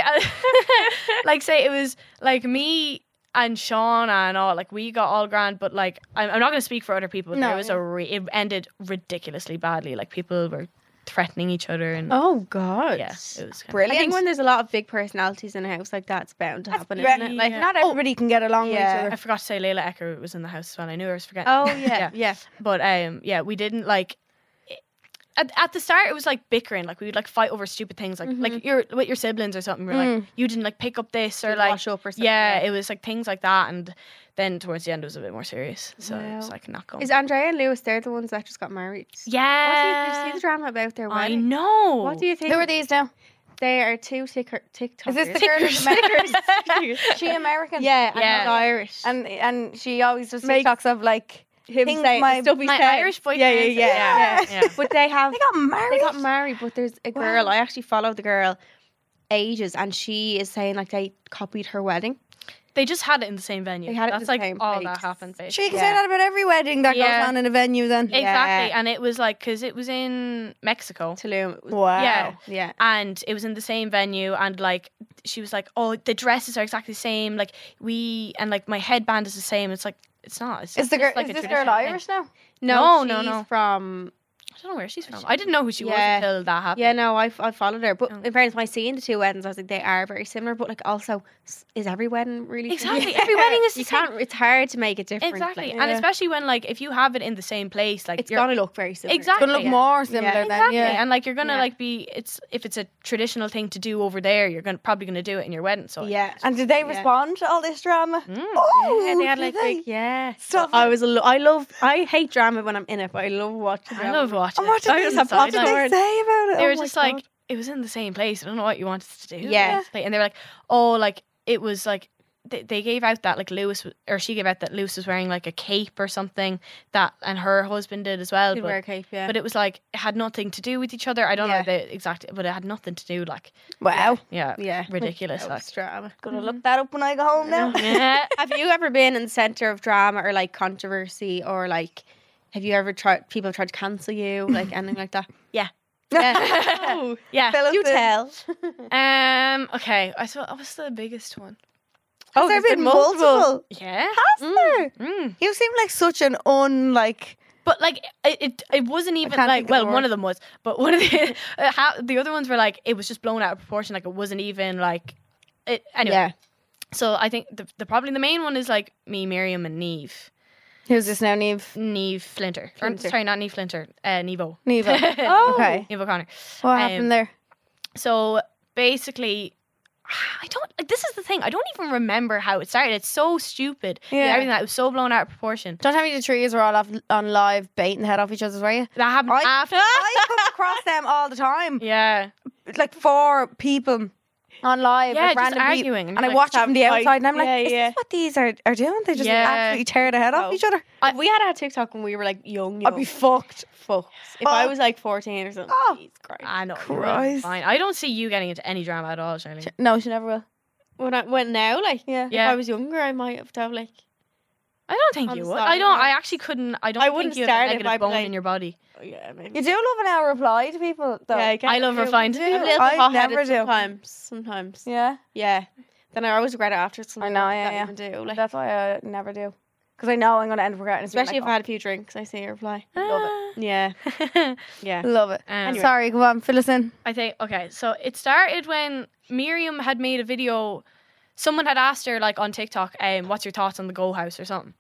<laughs> like say it was like me and Shauna and all. Like we got all grand, but like I'm, I'm not going to speak for other people. But No, there was a re- it ended ridiculously badly. Like people were threatening each other and Oh God. yeah, it was kind I Brilliant. think when there's a lot of big personalities in a house like that's bound to happen, Right. isn't it? Like Like, not Oh, everybody can get along Yeah. with each I forgot to say Layla Ecker was in the house as well. I knew I was forgetting. <laughs> <laughs> oh yeah, yeah. But um, yeah, we didn't like. it- At, at the start, it was like bickering. Like we would like fight over stupid things, like like Mm-hmm. your with your siblings or something. We're like, you didn't like pick up this or like Mm. wash up or something, Yeah, yeah. it was like things like that, and then towards the end, it was a bit more serious. So it was Wow. like not going. Is Andrea and Lewis? They're the ones that just got married. What do you, did you yeah, see the drama about their I wedding? know. What do you <laughs> other. think? Who are these now? They are two ticker, TikTokers. Is this the girl <laughs> who's American? she American? Yeah, and Yeah. he's Irish. And and she always does Make- TikToks of like him think saying my- stuff he My said. Irish yeah, yeah, boyfriend. yeah, yeah. yeah. yeah. But they have they got married. they got married, but there's a girl. Wow. I actually followed the girl ages, and she is saying like they copied her wedding. They just had it in the same venue. They had it in That's the like same all place. that happened. Basically. Sure, you can say Yeah. that about every wedding that Yeah. goes on in a venue. Then Exactly. Yeah. And it was like, because it was in Mexico Tulum. It was- wow, Yeah. Yeah. and it was in the same venue. And like, she was like, oh, the dresses are exactly the same. Like, we, and like, my headband is the same. It's like, it's not. It's is the girl just like is a this girl traditional thing. Irish now? No, No, no, she's no. From I don't know where she's from. I didn't know who she Yeah. was until that happened. yeah, no, I, I followed her. But Oh. in fairness, when I seen the two weddings, I was like, they are very similar. But like, also, s- is every wedding really similar? <laughs> Exactly. Every wedding is the you same. can't. It's hard to make it different. Exactly. Like, And Yeah. especially when like if you have it in the same place, like it's gonna look very similar. It's gonna look Exactly. more similar than Exactly. yeah. And like you're gonna Yeah. like be it's if it's a traditional thing to do over there, you're gonna probably gonna do it in your wedding. So Yeah. And did they Yeah. respond to all this drama? Mm. Oh, Yeah, they had like did big, yeah. Stop I it. was a lo- I love I hate drama when I'm in it, but I love watching. I drama. love watching. And it. what did, I they, was what inside did that. they afterwards. say about it? They Oh were my just God. like, it was in the same place. I don't know what you wanted to do. Yeah. Like, And they were like, oh, like it was like they, they gave out that like Lewis w- or she gave out that Lewis was wearing like a cape or something that and her husband did as well. Did but- wear a cape, yeah. but it was like it had nothing to do with each other. I don't Yeah. know the exact, but it had nothing to do. Like, wow. yeah, yeah, ridiculous. That Like, was <laughs> drama. Gonna look that up when I go home now. <laughs> yeah. <laughs> have you ever been in the center of drama or like controversy or like have you ever tried people tried to cancel you like anything like that? Yeah. <laughs> <laughs> Yeah. yeah. <laughs> Fill us you in. <laughs> tell. Um. Okay. I saw. What's the biggest one? Has there there's "Oh, been multiple? Yeah. Has Mm. there? Mm. You seem like such an unlike. But like it, it, it wasn't even can't think like of well the one of them was but one of the <laughs> uh, how, the other ones were like it was just blown out of proportion like it wasn't even like it anyway Yeah. so I think the, the probably the main one is like me Miriam and Neve Who's this now, Neve? Neve Flinter Or, Flinter. sorry not Neve Flinter uh, Nevo Neve. <laughs> Oh. okay. Neve O'Connor What Um, happened there? So basically, I don't. like, This is the thing. I don't even remember how it started. It's so stupid. Yeah. Everything that it was so blown out of proportion. Don't tell me the trees were all off, on live baiting the head off each other's, were you? That happened I- <laughs> after. I come across them all the <laughs> time. yeah. Like four people on live. Yeah. like Just random people. arguing. And I watch it from the outside and I'm like, Yeah, is yeah. this what these are, are doing? They just Yeah. absolutely tear the head off No. each other. If we had our TikTok when we were like young, young I'd be fucked. fucked. If I Oh. was like fourteen or something, Oh. Jesus Christ. I know. you're Christ. Fine. I don't see you getting into any drama at all, Shirley. No, she never will. When I when now, like Yeah. Yeah. if I was younger, I might have done like I don't think I'm you would. sorry. I don't. I actually couldn't. I don't. I think wouldn't you have start a if negative I'd be bone like- in your body. oh, yeah, maybe. You do love an hour reply to people, though. Yeah, I get I love it. refined. I'm a little I bit hot-headed never do. sometimes. Sometimes. Yeah. Yeah. Then I always regret it after. It's I know, yeah, yeah. Even do. Like, That's why I never do. Because I know I'm going to end up regretting it. especially Especially if I had a few drinks, I see a <gasps> reply. "Oh, Yeah, if. yeah. if I love it. Ah. Anyway. Sorry, go on, fill us in. <laughs> I think okay, so it started when Miriam had made a video. Someone had asked her like on TikTok, um, "What's your thoughts on the Go House or something?"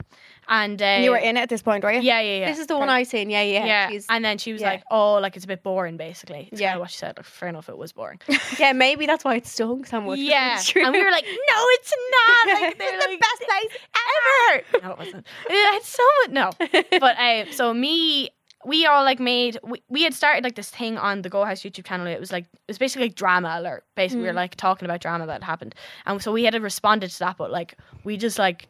And, uh, <laughs> And you were in it at this point, were you? yeah, yeah, yeah. This is the one I seen. Yeah, yeah. yeah, she's- and then she was yeah. like, "Oh, like it's a bit boring, basically." It's Yeah. kinda what she said. Like, fair enough, it <laughs> was boring. yeah. Maybe that's why it stung so much. yeah, It's <laughs> true. and we were like, "No, it's <laughs> not." Like, they're like, place. ever. <laughs> no, it wasn't. It's so no. But uh, so me, we all like made we, we had started like this thing on the Go House YouTube channel. It was like it was basically like drama alert. Basically, we were like talking about drama that happened, and so we had responded to that. But like we just like.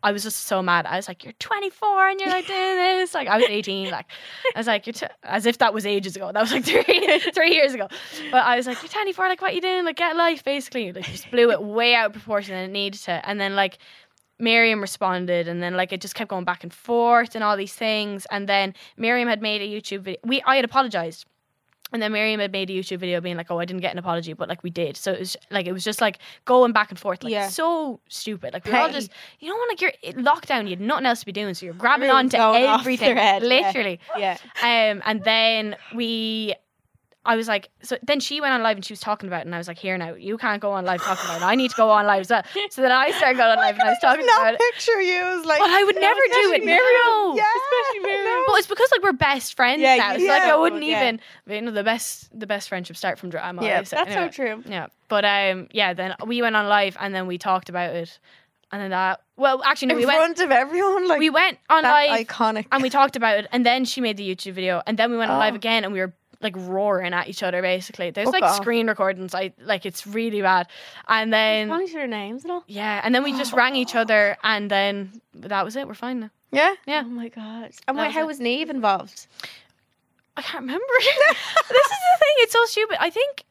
I was just so mad. I was like, "You're 24 and you're like doing this." Like I was 18. Like I was like, "You're t-, as if that was ages ago. That was like <laughs> three three years ago." But I was like, "You're 24. Like what you doing? Like get a life." Basically, like just blew it way out of proportion than it needed to. And then like Miriam responded, and then like it just kept going back and forth and all these things. And then Miriam had made a YouTube video. We I had apologized, and then Miriam had made a YouTube video being like, "Oh, I didn't get an apology, but like we did." So it was like it was just like going back and forth, like Yeah. so stupid. Like we we're all Petty. just you know like you're in lockdown, you had nothing else to be doing, so you're grabbing Everyone's onto going off their everything, head, yeah. literally. yeah. Um, and then we, I was like, so then she went on live and she was talking about it, and I was like, here now, you can't go on live talking about it. I need to go on live as well. So then I started Oh going on live and I was talking about Not it. picture you as like. Well, I would never do it. especially Miriam. No. Yeah. Especially <laughs> Miriam. But it's because like we're best friends Yeah, now. you So like I know, wouldn't yeah. even you know the best the best friendships start from drama. Yeah, I say. That's so Anyway. true. Yeah. But um yeah, then we went on live and then we talked about it. And then that well actually no, In we went front of everyone, like. we went on that's live iconic. and we talked about it and then she made the youtube video and then we went on Oh. live again and we were like roaring at each other basically. There's Fuck like off. screen recordings. I like it's really bad. And then Calling each other names and all. yeah, and then we just rang each other, and then that was it. We're fine now. Yeah. Yeah. Oh my god. And That wait, was how it. was <laughs> Neve involved? I can't remember. <laughs> this is the thing. It's so stupid. I think,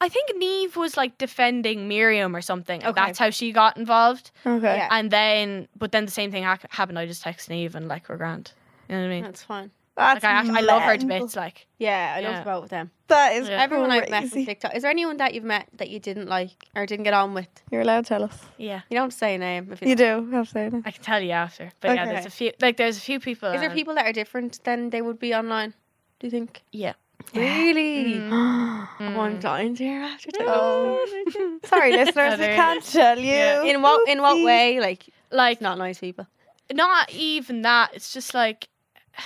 I think Neve was like defending Miriam or something, and Okay. that's how she <laughs> got involved. Okay. Yeah. And then, but then the same thing hac- happened. I just texted Neve and like we're grand. You know what I mean? That's fun. Like I, actually, I love her to bits. Like Yeah, I Yeah. love about them. That is Yeah. Everyone I've met crazy. from TikTok. Is there anyone that you've met that you didn't like or didn't get on with? You're allowed to tell us. yeah, You don't have to say a name. If you You do have to say that. I can tell you after. But yeah, there's Okay. a few. Like there's a few people. Is there and- people that are different than they would be online? Do you think? Yeah. Really? <laughs> Oh, I'm Mm. dying to hear after that. Oh. Mm-hmm. <laughs> Sorry, listeners, we there can't tell you. Yeah. <laughs> In what in what Oopsie. way? Like Like not nice people. not even that. It's just like <sighs>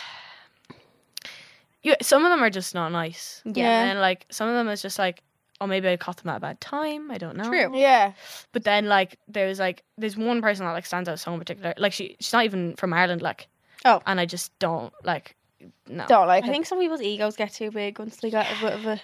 you, some of them are just not nice. Yeah. And then like some of them is just like, oh maybe I caught them at a bad time. I don't know. True. Yeah. But then like there's like there's one person that like stands out so in particular. Like she she's not even from Ireland, like Oh. and I just don't like no. Don't like I think some people's egos get too big once they get a bit of a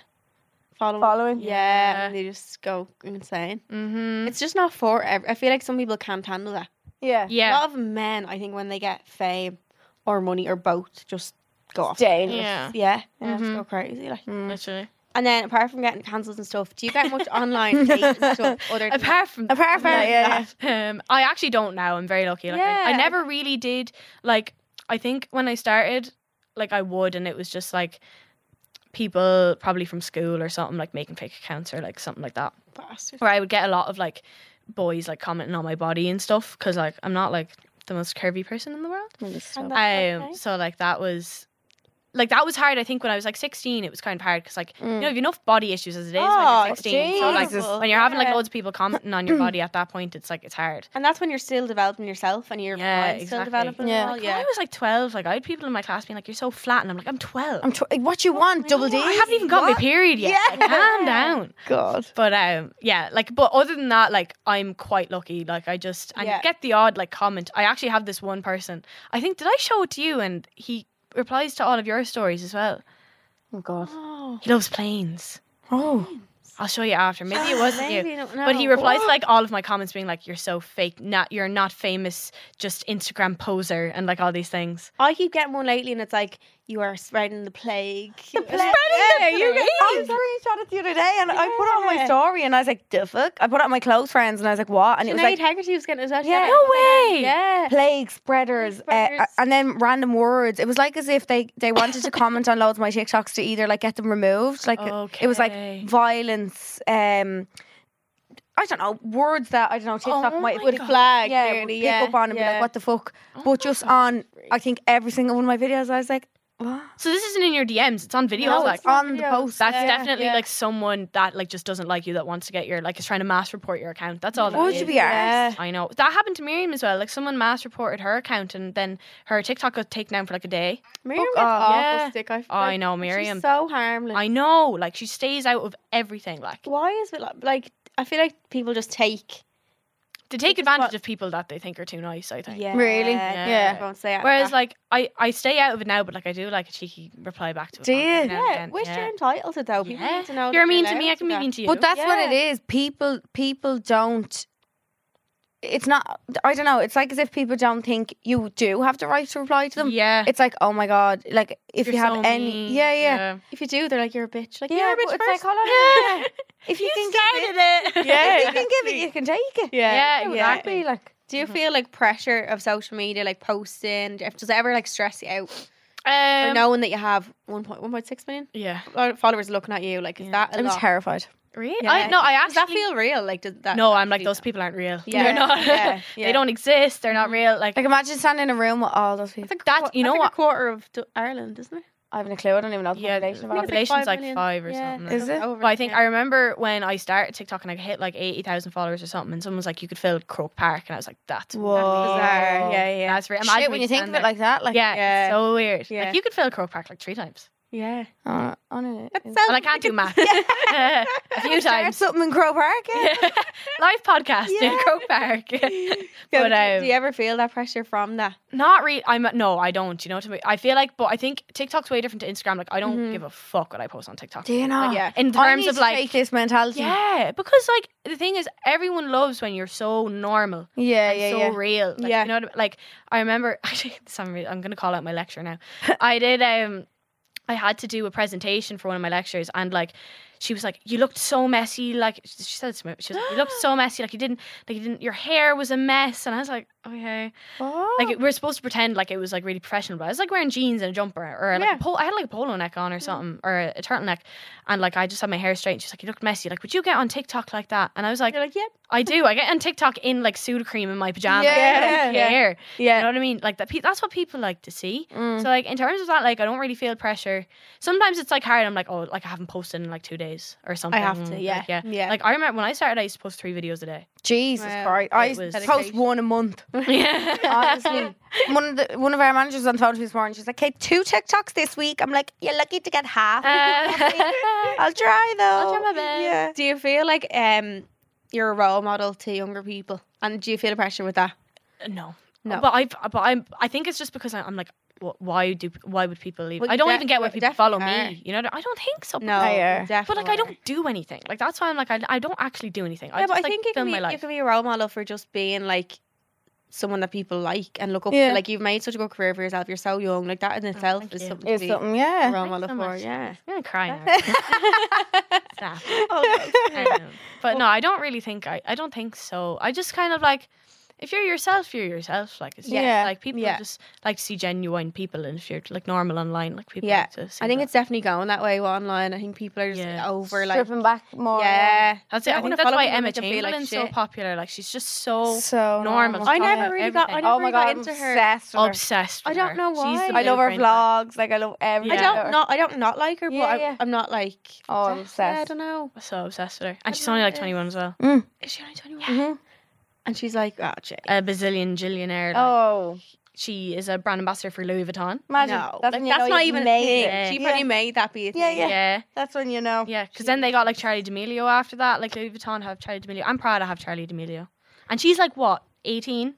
following. Yeah, Following. Mm. Yeah. and they just go insane. Mm-hmm. It's just not for. Ev- I feel like some people can't handle that. Yeah. A Yeah. lot of men, I think, when they get fame or money or both, just go off. Dangerous. Yeah. Yeah, yeah Mhm. just go crazy. Like, Literally. and then apart from getting cancelled and stuff, do you get much online hate and stuff? Other than Apart from Apart from like yeah, that, <laughs> um, I actually don't now. I'm very lucky. Like, I, I Yeah. never really did. Like, I think when I started, like, I would, and it was just like people probably from school or something, like making fake accounts or like something like that. bastard. Where I would get a lot of like boys like commenting on my body and stuff because like I'm not like the most curvy person in the world. And yeah. that's Um, okay. so like that was. Like that was hard. I think when I was like 16, it was kind of hard because like you know you have enough body issues as it is Mm. Oh, when you're 16. So like Jesus. when you're having like Yeah. loads of people commenting on your <clears throat> body at that point, it's like it's hard. And that's when you're still developing yourself and your Yeah, mind's still exactly. developing. Yeah. Yeah, Like, When I was like 12, like I had people in my class being like, "You're so flat," and I'm like, "I'm 12. I'm tw- what you want, double D? I haven't even got my period yet. Yeah. Like, calm down." God. But um, yeah, like, but other than that, like, I'm quite lucky. Like, I just and Yeah. you get the odd like comment. I actually have this one person. I think did I show it to you? And he replies to all of your stories as well. Oh God. Oh, He loves planes. Oh. I'll show you after. Maybe Ah, it wasn't you. maybe, I don't But he know. replies to, like all of my comments being like, "You're so fake. Not you're not famous. Just Instagram poser and like all these things." I keep getting one lately, and it's like you are spreading the plague. The Yeah, you get, I screenshot it the other day and I put it on my Yeah. story and I was like, the fuck? I put it on my close friends and I was like, what? And it was like, Haggerty was getting it as well. She Yeah. had it. No Oh way. <laughs> Yeah. plague spreaders, spreaders. Uh, and then random words. It was like as if they, they wanted to comment on loads of my TikToks to either like get them removed. Like it, it was Okay. like violence. Um, I don't know words that I don't know TikTok Oh might my With a God. flag. yeah Oh, would clearly, pick yeah. up on and be yeah. like what the fuck. but just on, I think every single one of my videos, I was like, what? So this isn't in your DMs. It's on videos. No, like it's on the videos. post. That's Yeah, definitely yeah. like someone that like just doesn't like you that wants to get your like is trying to mass report your account. That's all. that Would is. you be Yeah. arsed? I know that happened to Miriam as well. Like someone mass reported her account and then her TikTok got taken down for like a day. Miriam Fuck gets off. awful Yeah. stick. I, feel Oh, I like. know She's Miriam. so harmless. I know. Like she stays out of everything. Like Why is it like, like? I feel like people just take. to take It's just advantage what- of people that they think are too nice. I think. Yeah. Really? Yeah. Everyone say it. <laughs> <laughs> Whereas like I I stay out of it now, but like I do like a cheeky reply back to it. Do on- you? now and yeah, again. which Yeah. you're entitled to though. People Yeah. need to know. that You're mean to allowed me. I can be that. mean to you. But that's what it Yeah. is. People people don't it's not I don't know, it's like as if people don't think you do have the right to reply to them. yeah. It's like, oh my god, like if you You're have so any mean. Yeah, yeah. If you do, they're like you're a bitch. Like Yeah, yeah, but bitch it's first. like hold on. a <laughs> Yeah. <laughs> minute. If you, can give it, <laughs> started it. <laughs> if you can give it, you can take it. Yeah, It would yeah. not be like Do Mm-hmm. you feel like pressure of social media, like posting? If does it ever like stress you out, or Um, knowing that you have one point one point six million Yeah. fo- followers looking at you? Like is Yeah. that a I'm lot? terrified. Really? Yeah. I, no, I actually. does that feel real? Like does that? No, I'm like actually- those people aren't real. Yeah. <laughs> They're not. Yeah, yeah. they don't exist. They're not real. Like, Like imagine standing in a room with all those people. That's like That- qu- you know like what- a quarter of Du- Ireland, isn't it? I haven't a clue. I don't even know the yeah, the population of all it's of like population's five like million. five or Yeah. something. like Is that. it? Over But I think ten. I remember when I started TikTok and I hit like eighty thousand followers or something, and someone was like, "You could fill Croke Park," and I was like, "That's Whoa. bizarre. Yeah, yeah. that's real." Shit, when you think of it like that, like yeah, Yeah. It's so weird. Yeah. <laughs> Like you could fill Croke Park like three times. Yeah. Uh, on it. That's is- so And I can't do math. <laughs> a few Start times. <laughs> something in Crow Park. Yeah. Live podcast in Yeah. Croke Park. <laughs> Yeah, But, do, um, do you ever feel that pressure from that? Not really. I'm no, I don't. You know what I mean? I feel like, but I think TikTok's way different to Instagram. Like, I don't give a fuck what I post on TikTok. Do you know? Like, Yeah. In Mm-hmm. I terms need of to like, take this mentality. yeah, because like the thing is, everyone loves when you're so normal. yeah, and yeah. so yeah. real. Like, Yeah. You know what I mean? Like I remember <laughs> actually this I'm, I'm gonna call out my lecture now. I did um I had to do a presentation for one of my lectures and like she was like, You looked so messy, like she said this to me, she was like, You looked <gasps> so messy, like you didn't like you didn't your hair was a mess and I was like, Okay. Like we were supposed to pretend like it was like really professional, but I was like wearing jeans and a jumper or like Yeah. a pol- I had like a polo neck on or something or a, a turtleneck and like I just had my hair straight and she's like, You looked messy, like would you get on TikTok like that? And I was like, You're like, yep. I do. I get on TikTok in like pseudocreme in my pajamas. Yeah, I don't yeah. care. You know yeah. what I mean? Like that. Pe- that's what people like to see. Mm. So like in terms of that, like I don't really feel pressure. Sometimes it's like hard. I'm like, oh, like I haven't posted in like two days or something. have to, Like, yeah, yeah. yeah. Like I remember when I started, I used to post three videos <laughs> a day. <laughs> Jesus Wow. Christ! It I was- post one a month. Yeah. Honestly, one of the one of our managers on the phone to me this morning. She's like, "Okay, two TikToks this week." I'm like, "You're lucky to get half." Uh, I'll try though. I'll try my best. Yeah. Do you feel like um you're a role model to younger people? And do you feel pressure with that? no. No. But I. But I'm. I think it's just because I, I'm like. wh- Why do? Why would people leave? Well, I you don't de- even get why you people definitely follow are. me. You know, I don't think so. No, I, uh, But like, I don't do anything. Like that's why I'm like, I, I don't actually do anything. I Yeah, just but I like think it can film be my life. you can be a role model for just being like someone that people like and look up Yeah. to. Like you've made such a good career for yourself. You're so young. Like that in itself Oh, thank is you. something to It's be something. a Yeah. role model so for. <laughs> much. <laughs> Yeah. I'm gonna cry <laughs> now. Stop. Oh, Um, but no, I don't really think I. I don't think so. I just kind of like, if you're yourself, you're yourself. Like, it's just, Yeah, like people yeah. just like to see genuine people, and if you're like normal online, like people Yeah, like to see. I think that. it's definitely going that way online. I think people are just Yeah. over like Stripping back more. yeah. that's it. I wanna think that's follow why people who Emma make them feel like Chamberlain's so shit. popular. Like, she's just so So normal. I Comment, never really got- I everything. never oh my really got god, into I'm her. obsessed with her. obsessed. I with don't her. know She's why. the I love blueprint her for it. vlogs. Like I love everything. I Yeah. about don't her. not I don't not like her, but Yeah, I, yeah. I'm not like Oh, I'm Yeah, I obsessed. don't know. So obsessed with her, and she's don't know only what like it is. 21 as well. Is she only 21? Mhm. And she's like, oh, Jay. A bazillion gillionaire. like, Oh, she is a brand ambassador for Louis Vuitton. imagine no, that's, like, when you that's know not you've even a made thing. it. it. She Yeah. probably made that be a thing. Yeah, yeah. Yeah. That's when you know. Yeah, because then they got like Charlie D'Amelio after that. Like Louis Vuitton have Charlie D'Amelio. I'm proud I have Charlie D'Amelio, and she's like what 18.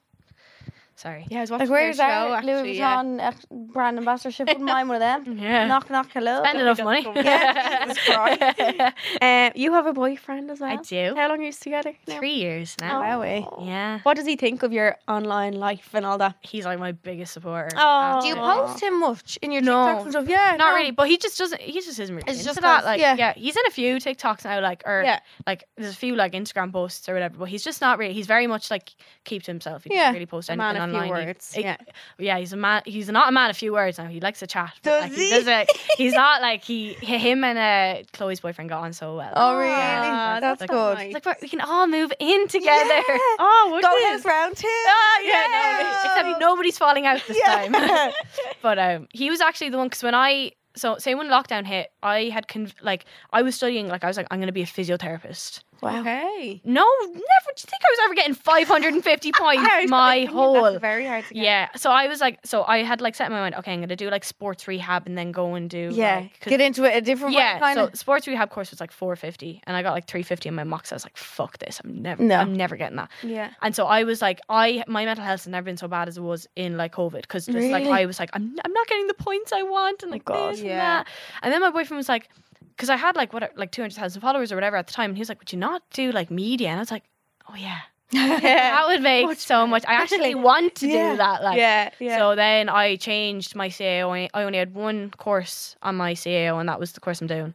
Sorry. Yeah, I was watching Like their where's show, our actually, Louis yeah. Vuitton uh, brand ambassadorship? Wouldn't mind one <laughs> of them. Yeah. Knock knock hello. Spend enough money. Yeah, Jesus Christ. Um, you have a boyfriend as well. <laughs> I do. How long are you together? now? Three years now. Wow, eh? Yeah. What does he think of your online life and all that? He's like my biggest supporter. Oh. Do you Absolutely. post him much in your No. TikToks and stuff? Yeah, Not no. really, but he just doesn't. He just isn't really Um, It's into just that. us, Like, yeah. yeah. he's in a few TikToks now, like, or Yeah. like, there's a few like Instagram posts or whatever. But he's just not really. He's very much like keep to himself. He Yeah. doesn't really post A anything man of few online. He- words, he- yeah. yeah, he's a man. He's not a man of few words now. He likes to chat. but, Does like, he? <laughs> doesn't- he's not like he. Him and uh, Chloe's boyfriend got on so well. Oh, really? Ah, that's that's good. nice. It's like "But we can all move in together. Yeah. Oh, what Go house round two. Oh, yeah, Yeah. no, except <laughs> nobody's falling out this Yeah. time. <laughs> but um, he was actually the one because when I so say when lockdown hit, I had con- like I was studying like I was like I'm gonna be a physiotherapist. <laughs> Wow. Okay. No, never. Do you think I was ever getting <laughs> 550 points? my whole very hard to get. yeah. So I was like, so I had like set in my mind, okay, I'm gonna do like sports rehab and then go and do Yeah, like, 'cause- get into it a different way. yeah, Kind so of. sports rehab course was like 450, and I got like 350 in my mocks. I was like, "Fuck this! I'm never, No. I'm never getting that." Yeah. And so I was like, I my mental health has never been so bad as it was in like COVID because just like Really? I was like, I'm I'm not getting the points I want and like God. this Yeah. and that. And then my boyfriend was like, because I had like what like two hundred thousand followers or whatever at the time, and he was like, would you not do like media? And I was like, oh yeah, that would make so much. I actually want to Yeah. do that. Like. yeah. Yeah. So then I changed my CAO. I only had one course on my CAO, and that was the course I'm doing.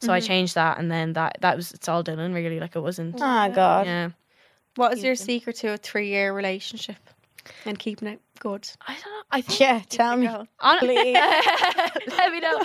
So I changed that, and then that that was it's all done. Really, like it wasn't. Oh god. Yeah. what is your secret to a three-year relationship and keeping it good? I don't know. I think Yeah, tell me. Hon- Please. <laughs> Let me know.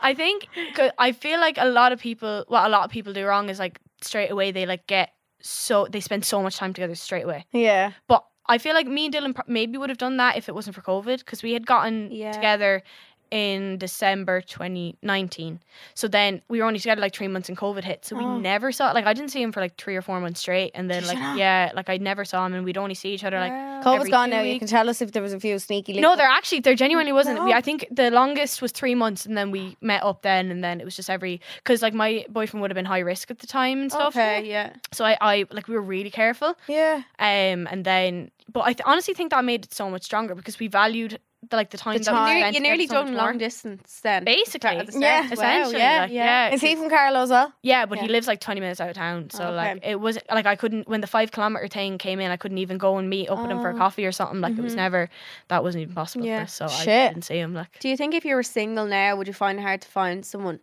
I think 'cause I feel like a lot of people, what a lot of people do wrong is like straight away they like get so they spend so much time together straight away. Yeah. But I feel like me and Dylan pro- maybe would have done that if it wasn't for COVID because we had gotten Yeah. together in December 2019. So then we were only together like three months and COVID hit. So we Oh. never saw, like, I didn't see him for like three or four months straight. And then, Did like, you not? yeah, like I never saw him and we'd only see each other like COVID's every gone two now. You weeks. can tell us if there was a few sneaky. No, uh, little- there actually there genuinely Oh, wasn't. We, No. I think the longest was three months, and then we met up then, and then it was just every because like my boyfriend would have been high risk at the time and stuff. Okay, Uh, yeah, So I, I like we were really careful, um, yeah. and then but I th- honestly think that made it so much stronger because we valued the, like the time The that time. we Near- spent you nearly together so much done long more. distance then. Basically, at the Yeah, start. Wow, essentially, yeah, like, yeah. yeah, Is he from Carlo as well? yeah, but he Yeah. lives like 20 minutes out of town. So, Okay. like, it was like I couldn't, when the five kilometer thing came in, I couldn't even go and meet up with him for a Oh. coffee or something. Like, it was Mhm. never, that wasn't even possible. Yeah. For us, so, I Shit. didn't see him. Like, Do you think if you were single now, would you find it hard to find someone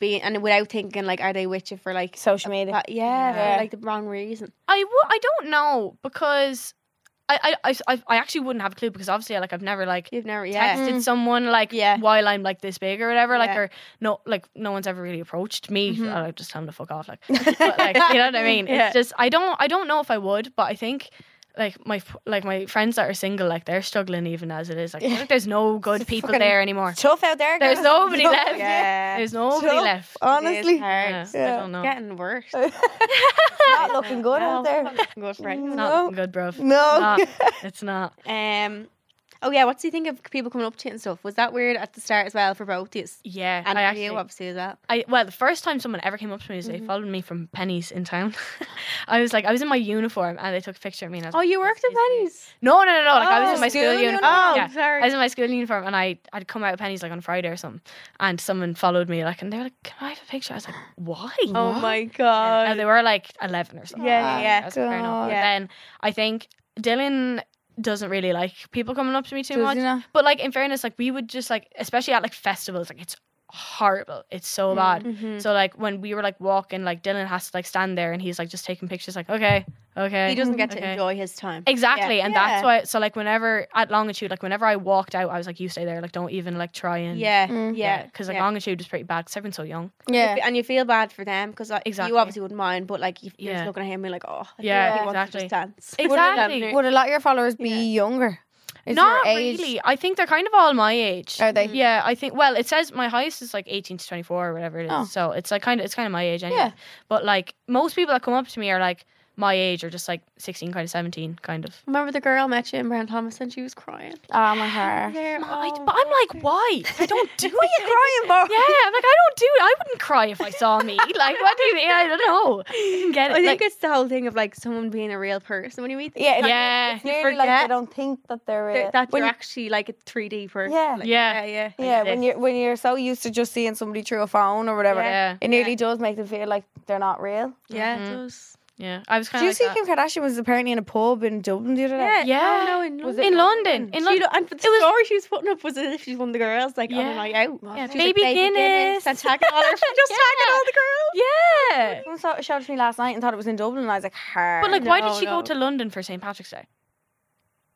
being and without thinking like, are they with you for like, Social media. but yeah, Yeah. For, like the wrong reason? I w- I don't know because I, I, I, I actually wouldn't have a clue because obviously, like, I've never, like, You've never, yeah, texted Mm. someone like Yeah. while I'm like this big or whatever, like Yeah. or no, like no one's ever really approached me. Mhm. I'll just tell them to <laughs> fuck off, like. But, like you know what I mean? Yeah. It's just I don't I don't know if I would, but I think like my f- like my friends that are single, like they're struggling even as it is. Like I think <laughs> there's no good people fucking- there anymore. It's tough out there. There's girl. nobody left. yeah. There's nobody Tough. left. Honestly, It is hard. Yeah, Yeah. I don't know. Getting worse. <laughs> not looking good No, out there. not looking good, right? It's No. not looking good, bro. <laughs> No. <laughs> <laughs> It's not. Um. Oh yeah, what do you think of people coming up to you and stuff? Was that weird at the start as well for both of you? Yeah, And I for actually you Mm-hmm. obviously as well. I well, the first time someone ever came up to me was they followed me from Penny's in town. <laughs> I was like, I was in my uniform and they took a picture of me. And I was Oh, like, you "This worked at is me." Penny's? No, no, no, no. Like I was Oh, in my school, school uniform. uniform. Oh, yeah. sorry. I was in my school uniform and I I'd come out of Penny's like on Friday or something, and someone followed me like, and they were like, "Can I have a picture?" I was like, "Why?" oh What? my Yeah, god. and they were like eleven or something. Yeah, like that. Ah, yeah, I was like, fair enough. God. But Yeah. then I think Dylan doesn't really like people coming up to me too Does much. he not? But like in fairness, like we would just like, especially at like festivals, like it's horrible. It's so bad. Mhm. So like when we were like walking, like Dylan has to like stand there and he's like just taking pictures, like okay, okay. He doesn't get to Mm-hmm. okay. enjoy his time. Exactly, and Yeah. that's why. So like whenever at longitude, like whenever I walked out, I was like, you stay there, like don't even like try and Yeah, Mm. yeah, because like yeah. longitude is pretty bad because everyone's so young. Yeah. and you feel bad for them because Exactly. you obviously wouldn't mind, but like you- you're Yeah. just looking at him, and you're like, oh, I feel Yeah, like he wants to exactly. just <laughs> dance. Exactly. Would a lot of your followers be Yeah. younger? Is your Not age- really. Mm. I think they're kind of all my age. Are they? Yeah, I think. Well, it says my highest is like eighteen to twenty four or whatever it is. Oh. So it's like kind of it's kind of my age anyway. Yeah. But like most people that come up to me are like my age or just like sixteen, kind of seventeen, kind of. Remember the girl met you in Brown Thomas and she was crying. Oh my <laughs> hair. There, I, oh, but I'm like, why? <laughs> I don't do Why it. you crying, Yeah, I'm like, I don't do it. I wouldn't cry if I saw me. Like, what do you mean? I don't know. <laughs> I didn't get it. I think like, it's the whole thing of like someone being a real person when you meet them. Yeah, it's yeah, Nearly like they forget. don't think that they're Th- uh, that when you're you- actually like a 3D person. Yeah. like, Yeah. yeah, yeah. yeah, when you're when you're so used to just seeing somebody through a phone or whatever, yeah, it nearly does make them feel like they're not real. Yeah, Mhm. it does. yeah. I was Do kind you of see like Kim Kardashian was apparently in a pub in Dublin the other day? Yeah, Oh, Oh Yeah. No, no, in Was that. London. in London, in She, London. lo- and for the It was- story she was putting up was as if she's one of the girls, like on Yeah. a night out. Yeah, She's Baby Guinness. and <laughs> tagging all her, just tagging all the girls. Yeah, Someone saw- showed it to me last night and thought it was in Dublin, and I was like, "Her." but like, why No, did she no. go to London for St Patrick's Day?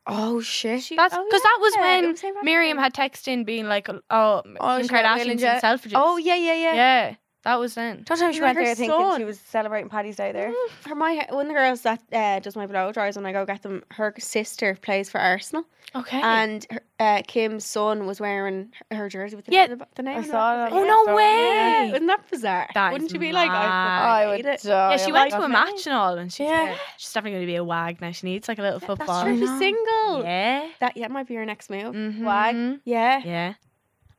oh shit, That's because oh, that was yeah, it when was St. Patrick's Miriam Day. had texted in being like, "Oh, Kim Oh, she's not willing Kardashian's in yet. Selfridges." oh yeah, yeah, yeah. yeah. that was then. Don't tell me she Even went her there thinking son. Mm-hmm. she was celebrating Paddy's Day there. Her my one of the girls that uh, does my blow dries when I go get them. Her sister plays for Arsenal, Okay. and her, uh, Kim's son was wearing her, her jersey with the Yeah. name. The name I on it. saw it. Oh, no way. Isn't that bizarre? That Wouldn't is you be like, mad. I, I would. would It. die. yeah, she went to a match and all, and she's Yeah. yeah. she's definitely going to be a wag now. She needs like a little That's football. Mm-hmm. true. I She's know. single. Yeah. That yeah might be your next move. Mhm. Wag. Yeah. <laughs> Yeah.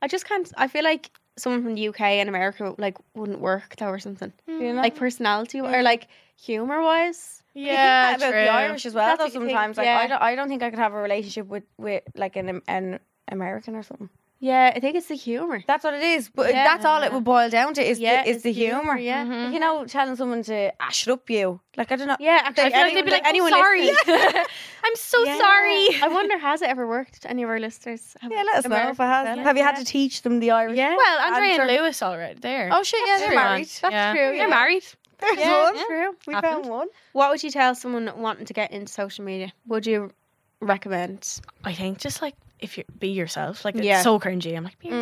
I just can't. I feel like someone from the UK and America like wouldn't work though or something. You know? Like personality or like humor wise. yeah, Yeah, you think that about true. the Irish as well. That's Though what you think, sometimes, like yeah. I don't, I don't think I could have a relationship with with like an Am- an American or something. Yeah, I think it's the humor. That's what it is. But Yeah. that's all it would boil down to is Yeah, the, is it's Mm-hmm. the humor. Yeah. Mhm. You know, telling someone to ah, shut up, you. Like I don't know. Yeah, actually, I feel like anyone- they'd be like, anyone "I'm sorry. listening- <laughs> <laughs> I'm so Yeah. sorry. <laughs> I wonder, has it ever worked? Any of our listeners? Have Yeah, let us know if I have. Yeah. Have you had to teach them the Irish? Yeah. <laughs> Well, Andre Answer. and Lewis, all right. There. Oh shit! Yeah, they're Everyone. married. That's Yeah. true. They're married. There's Yeah, one. yeah. true. We Happened. found one. What would you tell someone wanting to get into social media? Would you recommend? I think just like if you be yourself, like Yeah. it's so cringy. I'm like be Mm.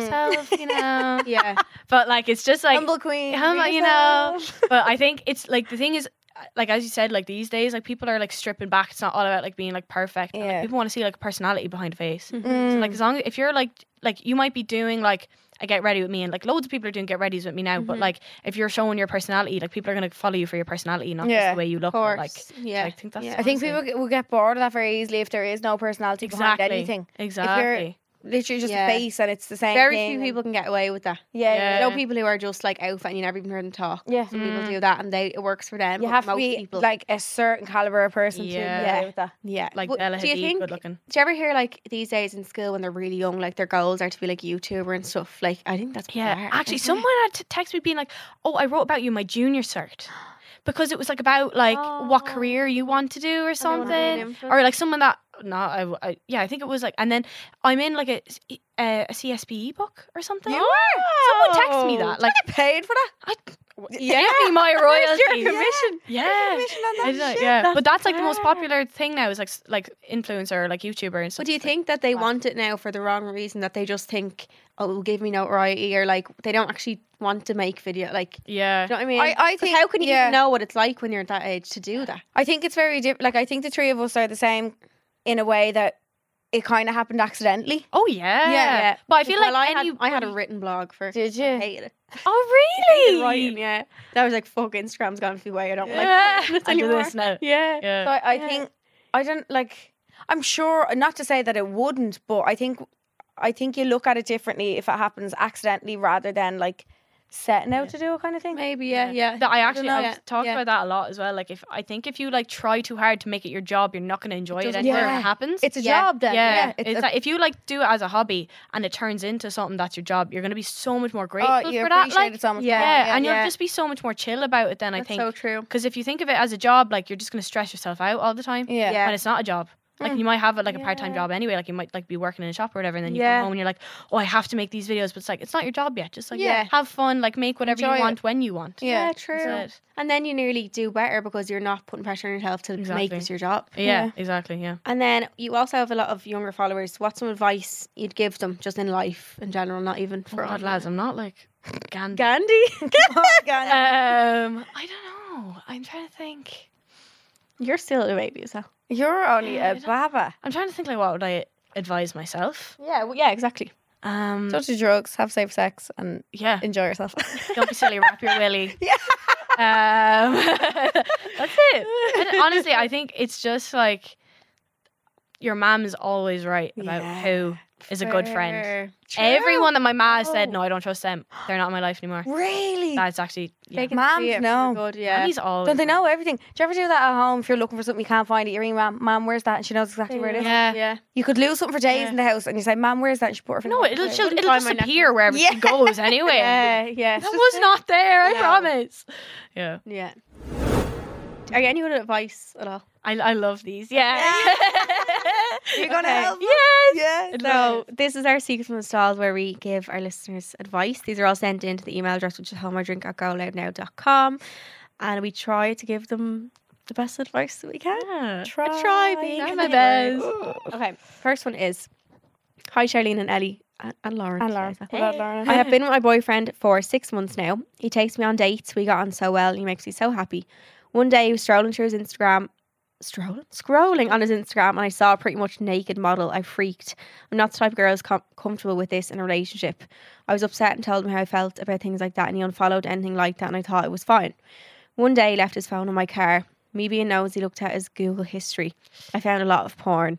<laughs> yourself, you know. Yeah. But like it's just like Humble queen. humble, be you know. yourself. but I think it's like the thing is, uh, like as you said, like these days, like people are like stripping back. It's not all about like being like perfect. but, like, Yeah. people want to see like a personality behind a face. Mhm. So, like as long as if you're like like you might be doing like a get ready with me and like loads of people are doing get readies with me now, but like if you're showing your personality, like people are gonna follow you for your personality, not just Yeah, the way you look. course. or, Like yeah. I think that's I think people get- will get bored of that very easily if there is no personality exactly behind anything. Exactly. Literally just Yeah. a face and it's the same Very thing. few people can get away with that. Yeah, Yeah. yeah. You know, people who are just like out and you never even heard them talk. yeah. Some people do that and they it works for them. You Mm, but have to most be people, like a certain caliber of person to Yeah. get away with that. yeah. Like But Bella do you Hadid, think? good looking. Do you ever hear like these days in school when they're really young, like their goals are to be like YouTuber and stuff? Like I think that's what Yeah, they are, actually, isn't someone had to text me being like, "Oh, I wrote about you in my junior cert." Because it was like about like what Oh. career you want to do or it? I don't wanna be something, an influencer. or like someone that no, I, w- I- yeah, I think it was like, and then I'm in like a s- e- uh, a CSBE book or something. You were? Someone texted me Oh. that like Paid for that? I, Yeah. give me my royalty. commission. yeah. I don't know, yeah, but that's like the most popular thing now is like s- like influencer, like YouTuber and <laughs> stuff. But do you think that they want it now for the wrong reason? That they just think, oh, it'll give me notoriety, or like they don't actually want to make video. Like, do Yeah, you know what I mean? I- I 'Cause think- how can you yeah. even know what it's like when you're at that age to do that? I think it's very different. Like, I think the three of us are the same in a way that it kind of happened accidentally. oh yeah, Yeah. But I feel Well, like I had, any- I had a written blog for. Did I you? hated it. oh Hated <laughs> really? writing, yeah. That was like fuck. Instagram's gone for the way I don't like. <laughs> yeah, this I do anymore. this now. Yeah. Yeah. So I, I Yeah. think I don't like. I'm sure not to say that it wouldn't, but I think I think you look at it differently if it happens accidentally rather than like setting out to do it kind of thing. Maybe yeah, yeah. That I actually know. I've Yeah, talked yeah. about that a lot as well. Like if I think if you like try too hard to make it your job, you're not going to enjoy it, doesn't anymore when work. it happens. It's a Yeah. job then. yeah, Yeah, it's, a- like if you like do it as a hobby and it turns into something that's your job, you're going to be so much more grateful oh, you for that. appreciate Like, it so much. yeah, more. yeah, yeah, and you'll yeah. just be so much more chill about it. Then I That's so think true. because if you think of it as a job, like you're just going to stress yourself out all the time. Yeah. Mm. Yeah. and it's not a job. Like you might have it like a part-time Yeah. job anyway. Like you might like be working in a shop or whatever, and then you Yeah. come home and you're like, oh, I have to make these videos, but it's like it's not your job yet. Just like Yeah. have fun, like make whatever Enjoy you it. want when you want. Yeah. true. That's it. And then you nearly do better because you're not putting pressure on yourself to Exactly. make this your job. yeah, exactly. Yeah. And then you also have a lot of younger followers. What's some advice you'd give them just in life in general, not even for For odd online? lads, I'm not like <laughs> Gandhi. Gandhi? um, I don't know. I'm trying to think. You're still a baby, so. You're only Yeah, I a don't- baba. I'm trying to think like what would I advise myself? Yeah, well, yeah, exactly. Um, Don't do drugs. Have safe sex and yeah, enjoy <laughs> yourself. don't be silly. Wrap your willy. <laughs> Yeah. Um, <laughs> that's it. And <laughs> honestly, I think it's just like your mom is always right about Yeah. who is a good friend. Everyone that my ma has said, no, I don't trust them. They're not in my life anymore. really. That's actually yeah. can Moms see it for know. Good, yeah. Mammy's always Don't they right. know everything? Do you ever do that at home if you're looking for something you can't find it? You ring mom, mom, where's that? And she knows exactly where it is. Yeah. Yeah. You could lose something for days Yeah. in the house and you say, Mom, where's that? And she put her finger No, up. it'll Like, she'll, wouldn't it'll find my disappear wherever Yeah. she goes anyway. <laughs> Yeah, yeah. That was not there, I No. promise. Yeah. Yeah. Are you any good at advice at all? I, I love these. Yeah. <laughs> You're <laughs> gonna Okay. help. yes. Yeah. So this is our secret from the stalls where we give our listeners advice. These are all sent into the email address which is homeordrink@goloudnow.com and we try to give them the best advice that we can. Yeah. I try being Try a my nerd. best. Okay, first one is Hi Charlene and Ellie and, and Lauren. And she Lauren. says that. Without Lauren. I have been with my boyfriend for six months now. He takes me on dates. We got on so well. He makes me so happy. One day he was strolling through his Instagram, strolling, scrolling on his Instagram, and I saw a pretty much naked model. I freaked. I'm not the type of girl who's com- comfortable with this in a relationship. I was upset and told him how I felt about things like that, and he unfollowed anything like that, and I thought it was fine. One day he left his phone in my car. Me being nosy looked at his Google history. I found a lot of porn.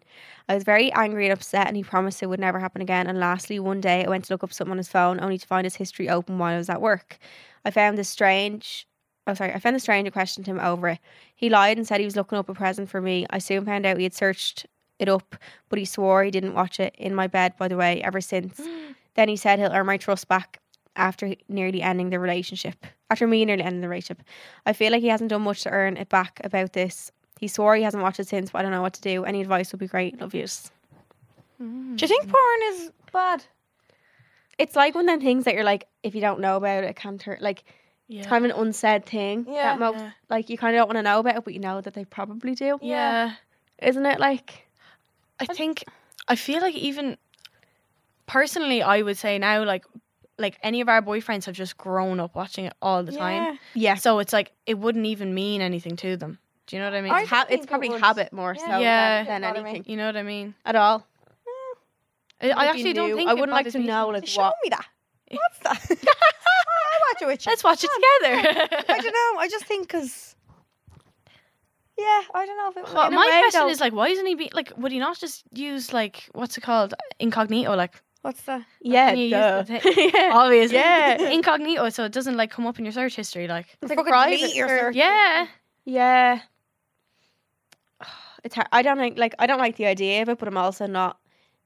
I was very angry and upset, and he promised it would never happen again. And lastly, one day I went to look up something on his phone, only to find his history open while I was at work. I found this strange. Oh, sorry. I found this strange and questioned him over it. He lied and said he was looking up a present for me. I soon found out he had searched it up, but he swore he didn't watch it in my bed, by the way, ever since. <gasps> then he said he'll earn my trust back after nearly ending the relationship. After me nearly ending the relationship. I feel like he hasn't done much to earn it back about this. He swore he hasn't watched it since, but I don't know what to do. Any advice would be great. Love yous. Do you think porn is bad? It's like one of them things that you're like, if you don't know about it, it can't hurt. Like, Yeah. it's kind of an unsaid thing. Yeah. That most, Yeah. Like, you kind of don't want to know about it, but you know that they probably do. yeah. Isn't it like, I think I feel like even personally I would say now like like any of our boyfriends have just grown up watching it all the time. yeah. So it's like it wouldn't even mean anything to them. Do you know what I mean? I- Ha- think it's it probably would. habit more so Yeah. than Bother me. anything you know what I mean? at all. I, I actually don't think I it wouldn't like bothers to me. know like Show what. me <laughs> that. What's that? I watch it with you. Let's watch it <laughs> I together. <laughs> don't know. I just think because. Yeah, I don't know if it. Well, in a my way, question though- is like, why isn't he be like? Would he not just use like what's it called, incognito? Like, what's that? can you use Yeah, the duh. <laughs> yeah. obviously, Yeah. <laughs> incognito, so it doesn't like come up in your search history. Like, It's Fucking delete your search. yeah, Yeah. <sighs> It's hard. I don't like like I don't like the idea of it, but I'm also not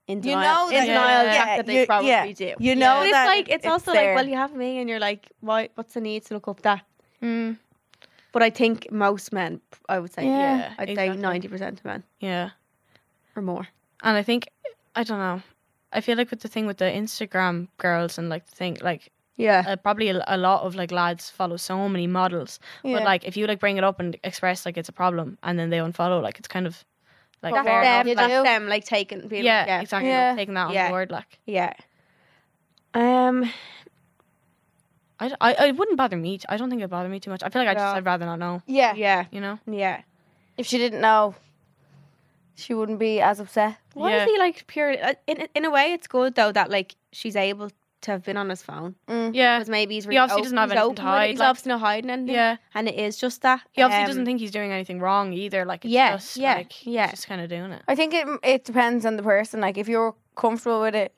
in You denial. know in that- denial of the Yeah. fact that they Yeah, you- probably yeah. do. You know But it's that like it's, also there. like well you have me and you're like why what's the need to look up that? mm, But I think most men I would say Yeah, yeah, I'd exactly. say ninety percent of men yeah. or more. And I think I don't know. I feel like with the thing with the Instagram girls and like the thing like Yeah. uh, probably a, a lot of like lads follow so many models, but like if you like bring it up and express like it's a problem and then they unfollow, like it's kind of like that's fair enough, them, like- that's them like taking being yeah, like, yeah. exactly Yeah. taking that on Yeah. board. Like Yeah. Um I, d- I, I- it wouldn't bother me. T- I don't think it'd bother me too much. I feel like I just No. Mm-hmm. I'd rather not know. yeah. Yeah. You know. Yeah. If she didn't know, she wouldn't be as upset. Why is Yeah. he like purely uh, in in a way it's good though that like she's able to have been on his phone. Yeah. because maybe he's really He obviously open- doesn't have he's anything open to with it. hide, He's like- obviously not hiding anything. Yeah. and it is just that He obviously um, doesn't think he's doing anything wrong either. Like it's yeah, just yeah, like yeah. he's just kind of doing it. I think it it depends on the person. Like if you're comfortable with it,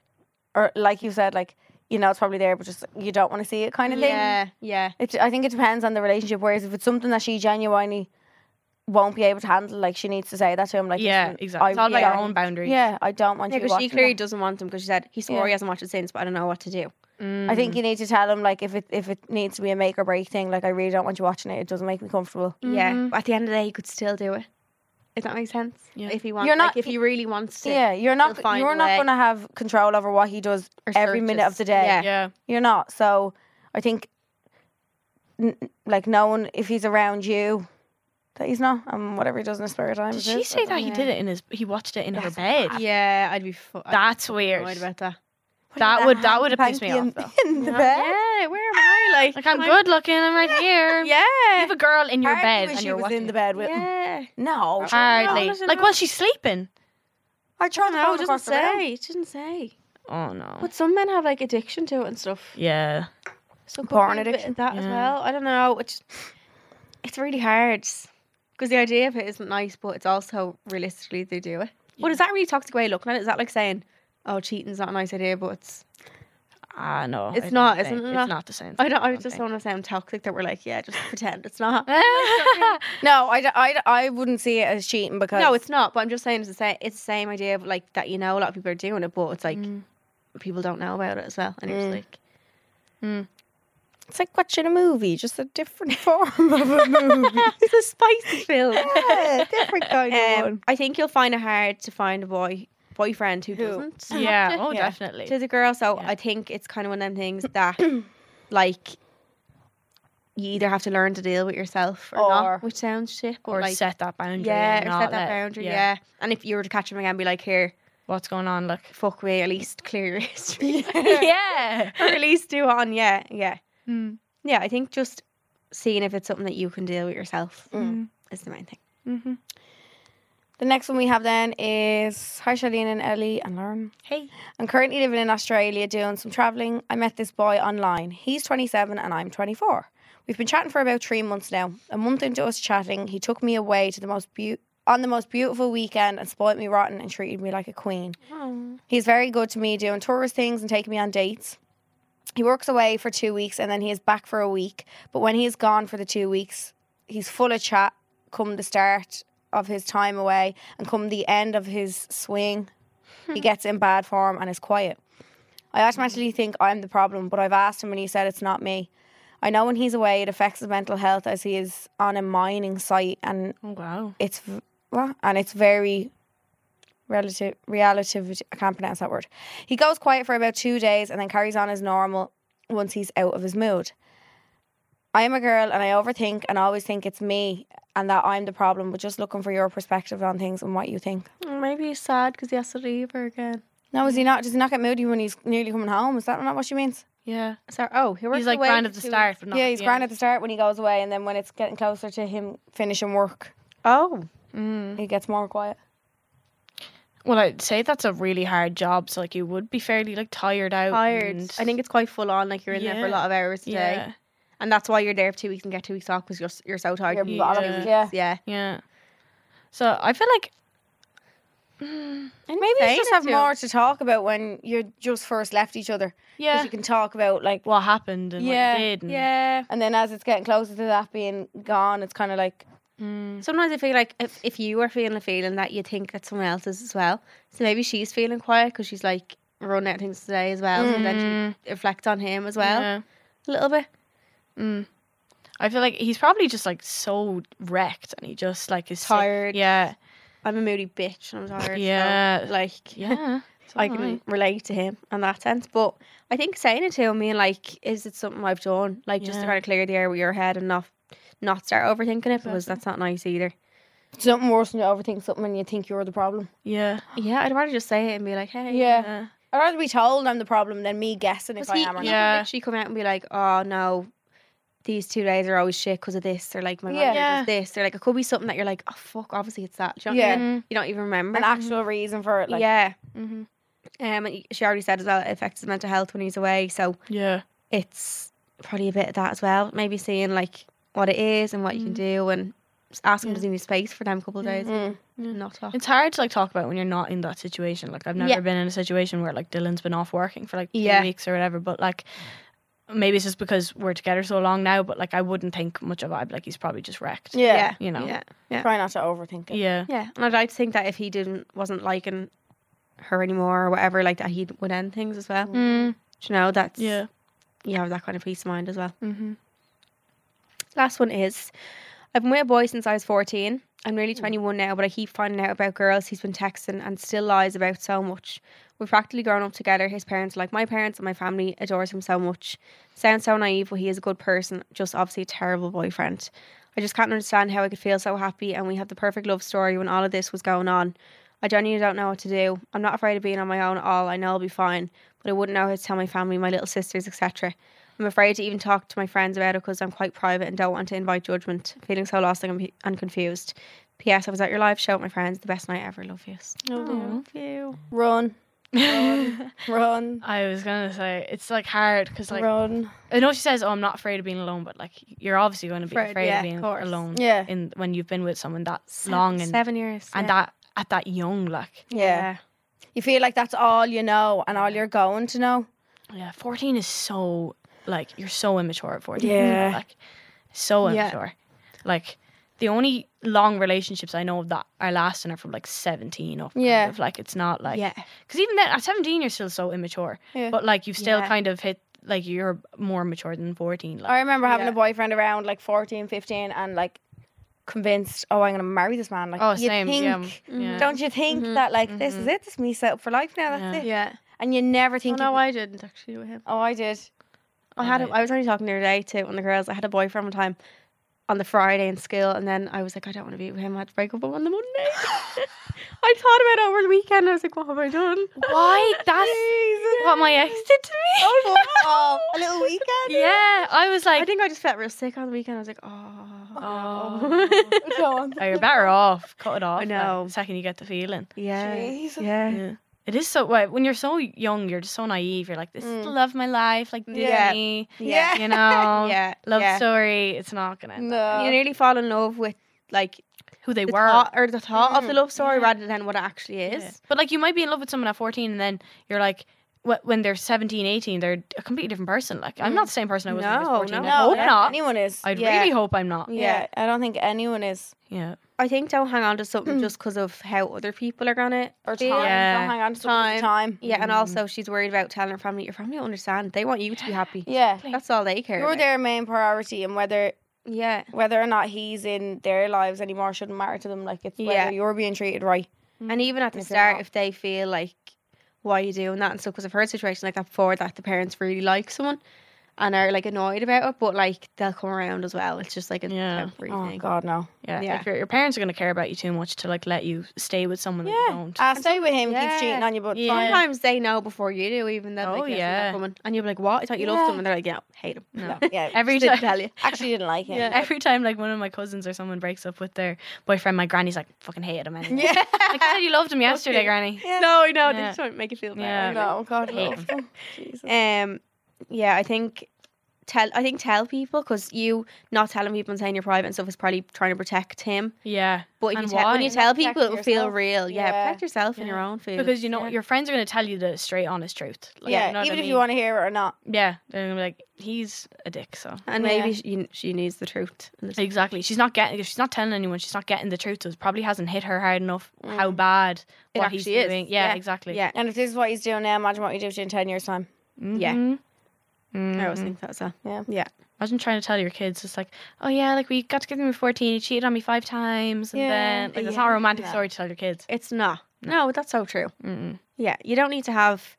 or like you said, like you know it's probably there, but just you don't want to see it kind of thing. Yeah, yeah, It, I think it depends on the relationship. Whereas if it's something that she genuinely won't be able to handle, like she needs to say that to him. Like Yeah, listen, exactly. I- It's all about yeah, your own boundaries. Yeah, I don't yeah. want you. Because she watching clearly that. doesn't want him because she said he swore he hasn't watched it since, but I don't know what to do. Mm. I think you need to tell him like if it if it needs to be a make or break thing. Like I really don't want you watching it. It doesn't make me comfortable. Yeah, but at the end of the day, he could still do it. If that makes sense, Yeah. if he wants, You're like, not- if he really wants to, Yeah, you're He'll not find you're a not way. going to have control over what he does or every minute searches. of the day. Yeah, Yeah. You're not. So I think, n- like, knowing if he's around you, that he's not, and whatever he does in his spare time. Did it she is. say that he did it in his? He watched it in her bed. yeah. I'd be. Fu- I'd be That's weird. annoyed about that. That would that would have pissed me Panky off. in, Though. in the bed. Yeah, where am I? Like, Like I'm good looking. I'm right here. <laughs> Yeah, You have a girl in your Hardly bed was and she you're was watching. in the bed with him. yeah. Uh, No, Hardly. not at Like all. while she's sleeping. I tried No, Oh, it doesn't to across the room. say. It doesn't say. Oh no. But some men have like addiction to it and stuff. Yeah. So Porn porn addiction, addiction. that as Yeah. well. I don't know. It's it's really hard because the idea of it isn't nice, but it's also realistically they do it. But is that a really toxic way of looking at it? Is that like saying, "Oh, cheating's not a nice idea," but it's Ah no. It's I don't not, think- isn't it not? It's not the same. I don't. I don't just think. don't want to sound toxic that we're like, yeah, just pretend it's not. No, I, d- I, d- I wouldn't see it as cheating because No, it's not. But I'm just saying it's the same. It's the same idea of like that. You know, a lot of people are doing it, but it's like people don't know about it as well, and you're just like, it's like watching a movie, just a <laughs> different form of a movie. it's a spicy film. yeah, different kind of Um, one. I think you'll find it hard to find a boy boyfriend who, doesn't. <laughs> <laughs> Yeah. Oh, Yeah. definitely. to the girl. So Yeah. I think it's kind of one of them <coughs> things that, like, you either have to learn to deal with yourself or, Or- not, which sounds shit. But Or like, set that boundary. yeah, and or not set that let- boundary. Yeah. and if you were to catch him again, be like, here, What's going <laughs> on? Like. fuck me, at least clear your history, <laughs> <laughs> yeah. Hmm. or at least do it on. Yeah, yeah, yeah. I think just seeing if it's something that you can deal with yourself Mm. is the main thing. Mm-hmm. The next one we have then is Hi Charlene and Ellie and Lauren. Hey. I'm currently living in Australia doing some travelling. I met this boy online. He's 27 and I'm 24. We've been chatting for about three months now. A month into us chatting, he took me away to the most beau on the most beautiful weekend and spoilt me rotten and treated me like a queen. He's very good to me, doing tourist things and taking me on dates. He works away for two weeks and then he is back for a week. But when he is gone for the two weeks, he's full of chat come the start of his time away and come the end of his swing. he gets in bad form and is quiet. I automatically think I'm the problem, but I've asked him and he said it's not me. I know when he's away, it affects his mental health as he is on a mining site and Oh wow. it's v- what? and it's very relative relative I can't pronounce that word. He goes quiet for about two days and then carries on as normal once he's out of his mood. I am a girl and I overthink and always think it's me and that I'm the problem, but just looking for your perspective on things and what you think. Maybe he's sad because he has to leave her again. No, is he not does he not get moody when he's nearly coming home? Is that not what she means? Yeah. So, oh, he works He's like away grand for at the two start, but not. yeah, at he's the grand at end. the start when he goes away and then when it's getting closer to him finishing work, weeks. Oh, Mm. he gets more quiet. Well, I'd say that's a really hard job. So like you would be fairly like tired out. Tired. and- I think it's quite full on. Like you're in there for a Yeah. lot of hours a day, yeah, and that's why you're there for two weeks and get two weeks off because you're s- you're so tired. Mm. You're bollocks, yeah. yeah. yeah. yeah. So I feel like. Mm, Maybe you just have more to talk about when you're just first left each other. yeah. you can talk about like what happened and Yeah, what you did. And, yeah. And then as it's getting closer to that being gone, it's kind of like Mm, Sometimes I feel like if, if you are feeling a feeling that you think that someone else is as well. So maybe she's feeling quiet because she's like running out of things today as well. So then she reflects on him as well Mm. a yeah. little bit. Mm. I feel like he's probably just like so wrecked and he just like is sick. Tired. <laughs> Yeah. I'm a moody bitch and I'm tired. so, Yeah. like Yeah. So I am can relate to him in that sense. But I think saying it to him, being like, is it something I've done? Like just to Yeah. kind of clear the air with your head and not not start overthinking it because that's not nice either. something worse than you overthink something and you think you're the problem. Yeah. Yeah, I'd rather just say it and be like, hey. Yeah. Yeah. I'd rather be told I'm the problem than me guessing if Because I he, am or he not. Yeah. can literally come out and be like, oh no, these two days are always shit because of this. Or like, my Yeah. manager does this. Or like, it could be something that you're like, oh fuck, obviously it's that. Do you know what I Yeah. mean? You don't even remember. An actual reason for it. Like, yeah. Mm-hmm. Um, and she already said as well, it affects his mental health when he's away. So Yeah. it's probably a bit of that as well. Maybe seeing like what it is and what Mm. you can do and just ask him does he need space for them couple of days. Mm. Not talk. It's hard to like talk about when you're not in that situation. Like I've never Yeah. been in a situation where like Dylan's been off working for like two Yeah. weeks or whatever, but like maybe it's just because we're together so long now, but like I wouldn't think much of it. I'd be like he's probably just wrecked. yeah. You know. Yeah. Try not to overthink it. Yeah. Yeah. And I'd like to think that if he didn't wasn't liking her anymore or whatever, like that he would end things as well. Do Mm. you know, that's Yeah. you have that kind of peace of mind as well. Mm-hmm. Last one is I've been with a boy since I was 14. I'm nearly 21 now, but I keep finding out about girls he's been texting and still lies about so much. We've practically grown up together. His parents are like my parents, and my family adores him so much. Sounds so naive, but he is a good person, just obviously a terrible boyfriend. I just can't understand how I could feel so happy, and we have the perfect love story when all of this was going on. I genuinely don't know what to do. I'm not afraid of being on my own at all. I know I'll be fine, but I wouldn't know how to tell my family, my little sisters, etc. I'm afraid to even talk to my friends about it because I'm quite private and don't want to invite judgment. Feeling so lost and, and confused. P.S. I was at your live show with my friends. The best night ever. Love you. <laughs> Run, run, I was gonna say it's like hard because like run. I know she says, "Oh, I'm not afraid of being alone," but like you're obviously going to be Afraid, afraid, yeah, of being of course. alone. Yeah. In when you've been with someone that long and seven years. and that at that young, like Yeah. You feel like that's all you know and all you're going to know. yeah, 14 is so like you're so immature at 14. Yeah. Like so Yeah. immature. Like the only long relationships I know of that are lasting are from like 17 up. kind Yeah. of. Like it's not like yeah. because even then at 17 you're still so immature. Yeah. But like you've still Yeah. kind of hit like you're more mature than 14. Like I remember having Yeah. a boyfriend around like 14, 15 and like convinced, oh, I'm going to marry this man. Like, oh, you same. Think, yeah. yeah. Don't you think Mhm. that like this is it? This is me set up for life now. That's Yeah. it. Yeah. And you never think. you- I didn't actually with him. oh, I did. I had. A, Right. I was only talking the other day to one of the girls. I had a boyfriend one time on the Friday in school, and then I was like, I don't want to be with him. I had to break up with him on the Monday. <laughs> I thought about it over the weekend. and I was like, what have I done? <laughs> Why? That's what my ex did <laughs> to me. <laughs> Oh, a little weekend. <laughs> yeah, I was I like, think I just felt real sick on the weekend. I was like, oh, oh, <laughs> <laughs> Go on. oh, you're better off. Cut it off. I like, know. the second you get the feeling. yeah, Jeez. yeah. Yeah. It is so well, when you're so young, you're just so naive. You're like, this is the love of my life, like Mm. Yeah. Disney, Yeah. <laughs> Uh, you know, Yeah, love yeah. story. It's not gonna end up No. You nearly fall in love with like who they the were. thought or the thought of the love story rather than what it actually Yeah. is. But like, you might be in love with someone at 14, and then you're like, wh- when they're 17, 18, they're a completely different person. Like, I'm not the same person I was when I was Mm. No, 14. no. I hope yeah, not. Anyone is. I'd Yeah. really hope I'm not. yeah. I don't think anyone is. Yeah. I think don't hang on to something just because of how other people are gonna Or time. Oh feel. Yeah. Don't hang on to time. time. Yeah, and also she's worried about telling her family. Your family don't understand. They want you to be happy. Yeah. That's all they care. You're about. their main priority, and whether Yeah, whether or not he's in their lives anymore shouldn't matter to them. Like it's whether Yeah. you're being treated right. and even at the If they're start, not. if they feel like why are you doing that and stuff, because I've heard situations like that before that the parents really like someone, and are like annoyed about it, but like they'll come around as well. It's just like a Yeah. temporary Oh thing. God, no. Yeah, Yeah. If your, your parents are going to care about you too much to like let you stay with someone that you don't. Ah, stay with him. Yeah. Keeps cheating on you, but Yeah. fine. Sometimes they know before you do, even that. Oh, like, yes, yeah. yeah, woman. and you'll be like, "What? I thought you loved him," and they're like, "Yeah, hate him." <laughs> No. <laughs> Yeah, Every Didn't time, tell you. <laughs> actually didn't like him. Yeah. Every time, like one of my cousins or someone breaks up with their boyfriend, my granny's like, "Fucking hated him." Anyway. <laughs> Yeah. like I said, you loved him yesterday, Granny. No, I know. They Yeah. just want to make you feel bad. Yeah. No, God, Hate no. <laughs> Um, yeah, I think tell I think tell people because you not telling people and saying you're private and stuff is probably trying to protect him. Yeah, But if you And tell when why? you tell Protect people, it will feel yourself. real. Yeah, Yeah. protect yourself and Yeah. your own feelings. because you know your friends are going to tell you the straight, honest truth. Like, yeah, you know what even I if you mean? want to hear it or not. Yeah, they're going to be like, "He's a dick." So and Yeah. maybe she, she needs the truth. And it's- exactly, she's not getting. If she's not telling anyone, she's not getting the truth. So it probably hasn't hit her hard enough how bad It what he's actually is. doing. Yeah, Yeah. exactly. Yeah, And if this is what he's doing now, imagine what you do to you in ten years' time. Yeah. Mhm. I always Mhm. think that as well. Yeah. yeah. Imagine trying to tell your kids, it's like, oh yeah, like we got together when we were 14, he cheated on me five times, and Yeah, then, like, that's not a yeah, romantic yeah. story to tell <laughs> your kids. It's not. No, that's so true. Mm-mm. Yeah, you don't need to have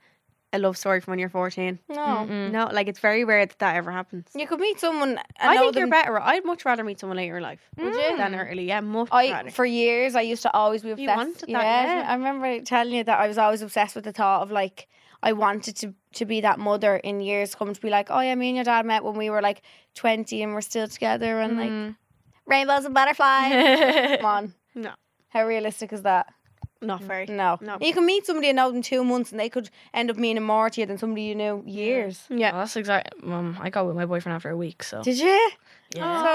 a love story from when you're 14. No, Mm-mm. No, like it's very rare that that ever happens. you could meet someone. And I know think you're them- better. I'd much rather meet someone later in life Would you? than early. Yeah, much I rather. for years I used to always be You obsessed. wanted that, yeah. I remember telling you that I was always obsessed with the thought of like I wanted to to be that mother in years come to be like, oh yeah, me and your dad met when we were like twenty and we're still together and like rainbows <laughs> and butterflies. Come on, Mm. No. how realistic is that? Not very. No, No. You can meet somebody and know them two months, and they could end up meaning more to you than somebody you knew years. Yeah. Well, that's exactly. Um, I got with my boyfriend after a week, so Did you? yeah. So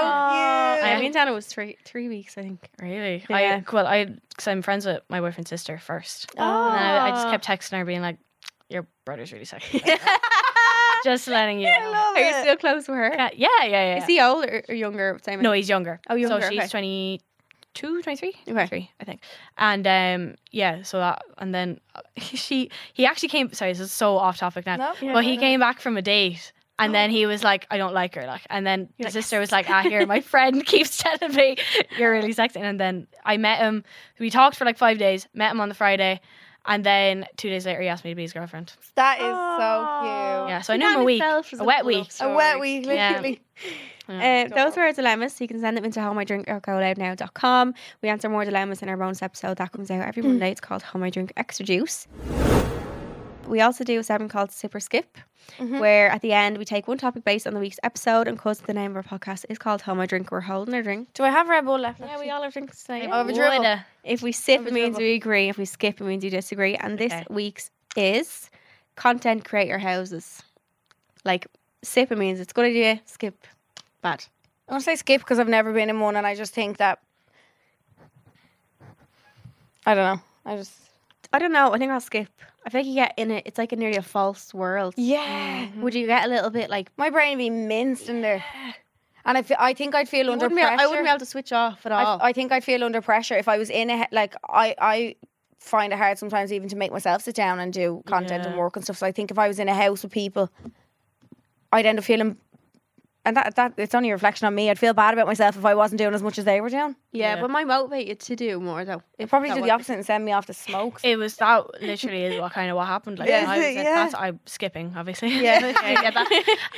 I I- mean, Dana was three three weeks, I think. really, Yeah. I well, I because I'm friends with my boyfriend's sister first, Oh. and then I, I just kept texting her, being like, your brother's really sexy. just letting you. know. Are you still close with her? Yeah, yeah, yeah. yeah. Is he older or younger? Same No, age? he's younger. Oh, younger, So she's okay. 22, 23, Okay. 23, I think. And um, yeah, so that, and then uh, <laughs> she, he actually came, sorry, this is so off topic now. No, but he came back from a date. And then he was like, I don't like her. Like, and then Oh. the like, sister was like, Ah, here, <laughs> my friend keeps telling me you're really sexy. And then I met him. We talked for like five days. Met him on the Friday, and then two days later, he asked me to be his girlfriend. that is so cute. Yeah, so I knew him a week, a wet week. A wet week, Yeah. literally. Uh, those were our dilemmas. You can send them into how my drink or go loud now.com. We answer more dilemmas in our bonus episode that comes out every Monday. It's called How My Drink Extra Juice. We also do a segment called Sip or Skip, where at the end we take one topic based on the week's episode, and because the name of our podcast is called How My Drink, we're holding our drink. Do I have Red Bull left? Yeah, we all have drinks tonight. Over dribble. Woulda. If we sip, it means Understandable. we agree. If we skip, it means we disagree. And this Okay. week's is content creator houses. Like, sip, it means it's a good idea. Skip, bad. I'm gonna say skip because I've never been in one, and I just think that I don't know. I just I don't know. I think I'll skip. I feel like you get in it. It's like a nearly a false world. yeah, Would you get a little bit like? my brain would be minced in there, and I fe- I think I'd feel I under wouldn't be, pressure. I wouldn't be able to switch off at all. I, I think I'd feel under pressure if I was in a he- like I I find it hard sometimes even to make myself sit down and do content and Yeah. work and stuff. So I think if I was in a house with people, I'd end up feeling. And that, that it's only a reflection on me. I'd feel bad about myself if I wasn't doing as much as they were doing. yeah, Yeah. but my motivate you to do more though. It Probably do the opposite and send me off to smoke. It was that literally is what kind of what happened. Like Yeah, when I is was it? at- Yeah. that's I'm skipping, obviously. Yeah, <laughs> get <laughs> that.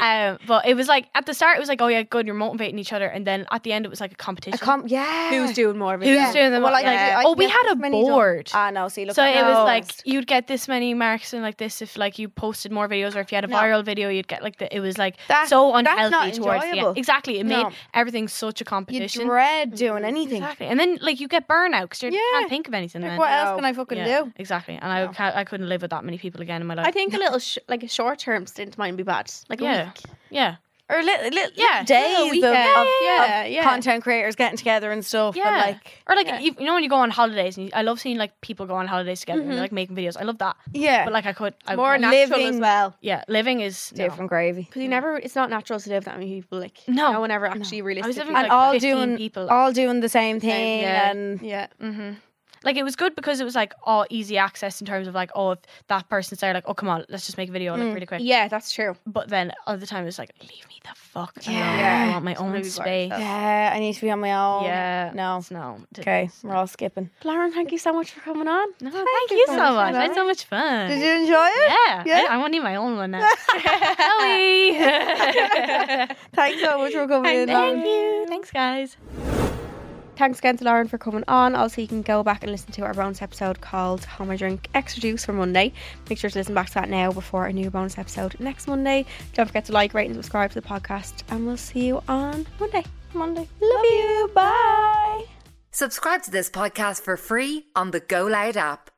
Um, but it was like at the start, it was like, oh yeah, good, you're motivating each other, and then at the end, it was like a competition. A com- yeah. Who's doing more of it? Who's doing the Well, I, most? I, I oh, we guess had a many don't- board. Ah, no. See, look. so it was no. like e-, you'd get this many marks and like this if like you posted more videos or if you had a viral video you'd get like the, it was like That- so that's unhealthy not towards the enjoyable. end. exactly it No. made everything such a you competition dread doing anything. exactly and then like you get burnout because you Yeah. can't think of anything Like, then. what else can I fucking Yeah, do? exactly and I, can't, I couldn't live with that many people again in my life I think <laughs> a little sh- like a short term stint might be bad. Like a Yeah. week. yeah Or little, little, Yeah, days of, weekend. of- Yeah, of yeah. content creators getting together and stuff. Yeah. And like, Or like you, you know when you go on holidays, and you, I love seeing like people go on holidays together, and they're, like making videos. I love that, yeah, but like I could I, More I- na- natural as living- well. yeah, living is no. different gravy. Because you never, it's not natural to live that many people. Like No. no one ever actually I was realistically. living with, And like all 15 doing people. all doing the same thing mm. yeah. and yeah, hmm Like it was good because it was like oh easy access in terms of like oh if that person's there like oh come on let's just make a video like really quick. Yeah, that's true. But then all the time it was like leave me the fuck alone. Yeah. I want my own really space. boring stuff. Yeah, I need to be on my own. Yeah. No. It's No. it didn't. Okay. We're all skipping. Lauren, thank you so much for coming on. No, thank, you so much. I had so much fun. Did you enjoy it? Yeah. Yeah. I, I want to need my own one now. Ellie. <laughs> Thanks so much for coming in. Lauren. Thank you. Thanks, guys. Thanks again to Lauren for coming on. Also, you can go back and listen to our bonus episode called Home I Drink Extra Juice for Monday. Make sure to listen back to that now before a new bonus episode next Monday. Don't forget to like, rate, and subscribe to the podcast. And we'll see you on Monday. Monday. Love, you. Bye. Subscribe to this podcast for free on the Go Loud app.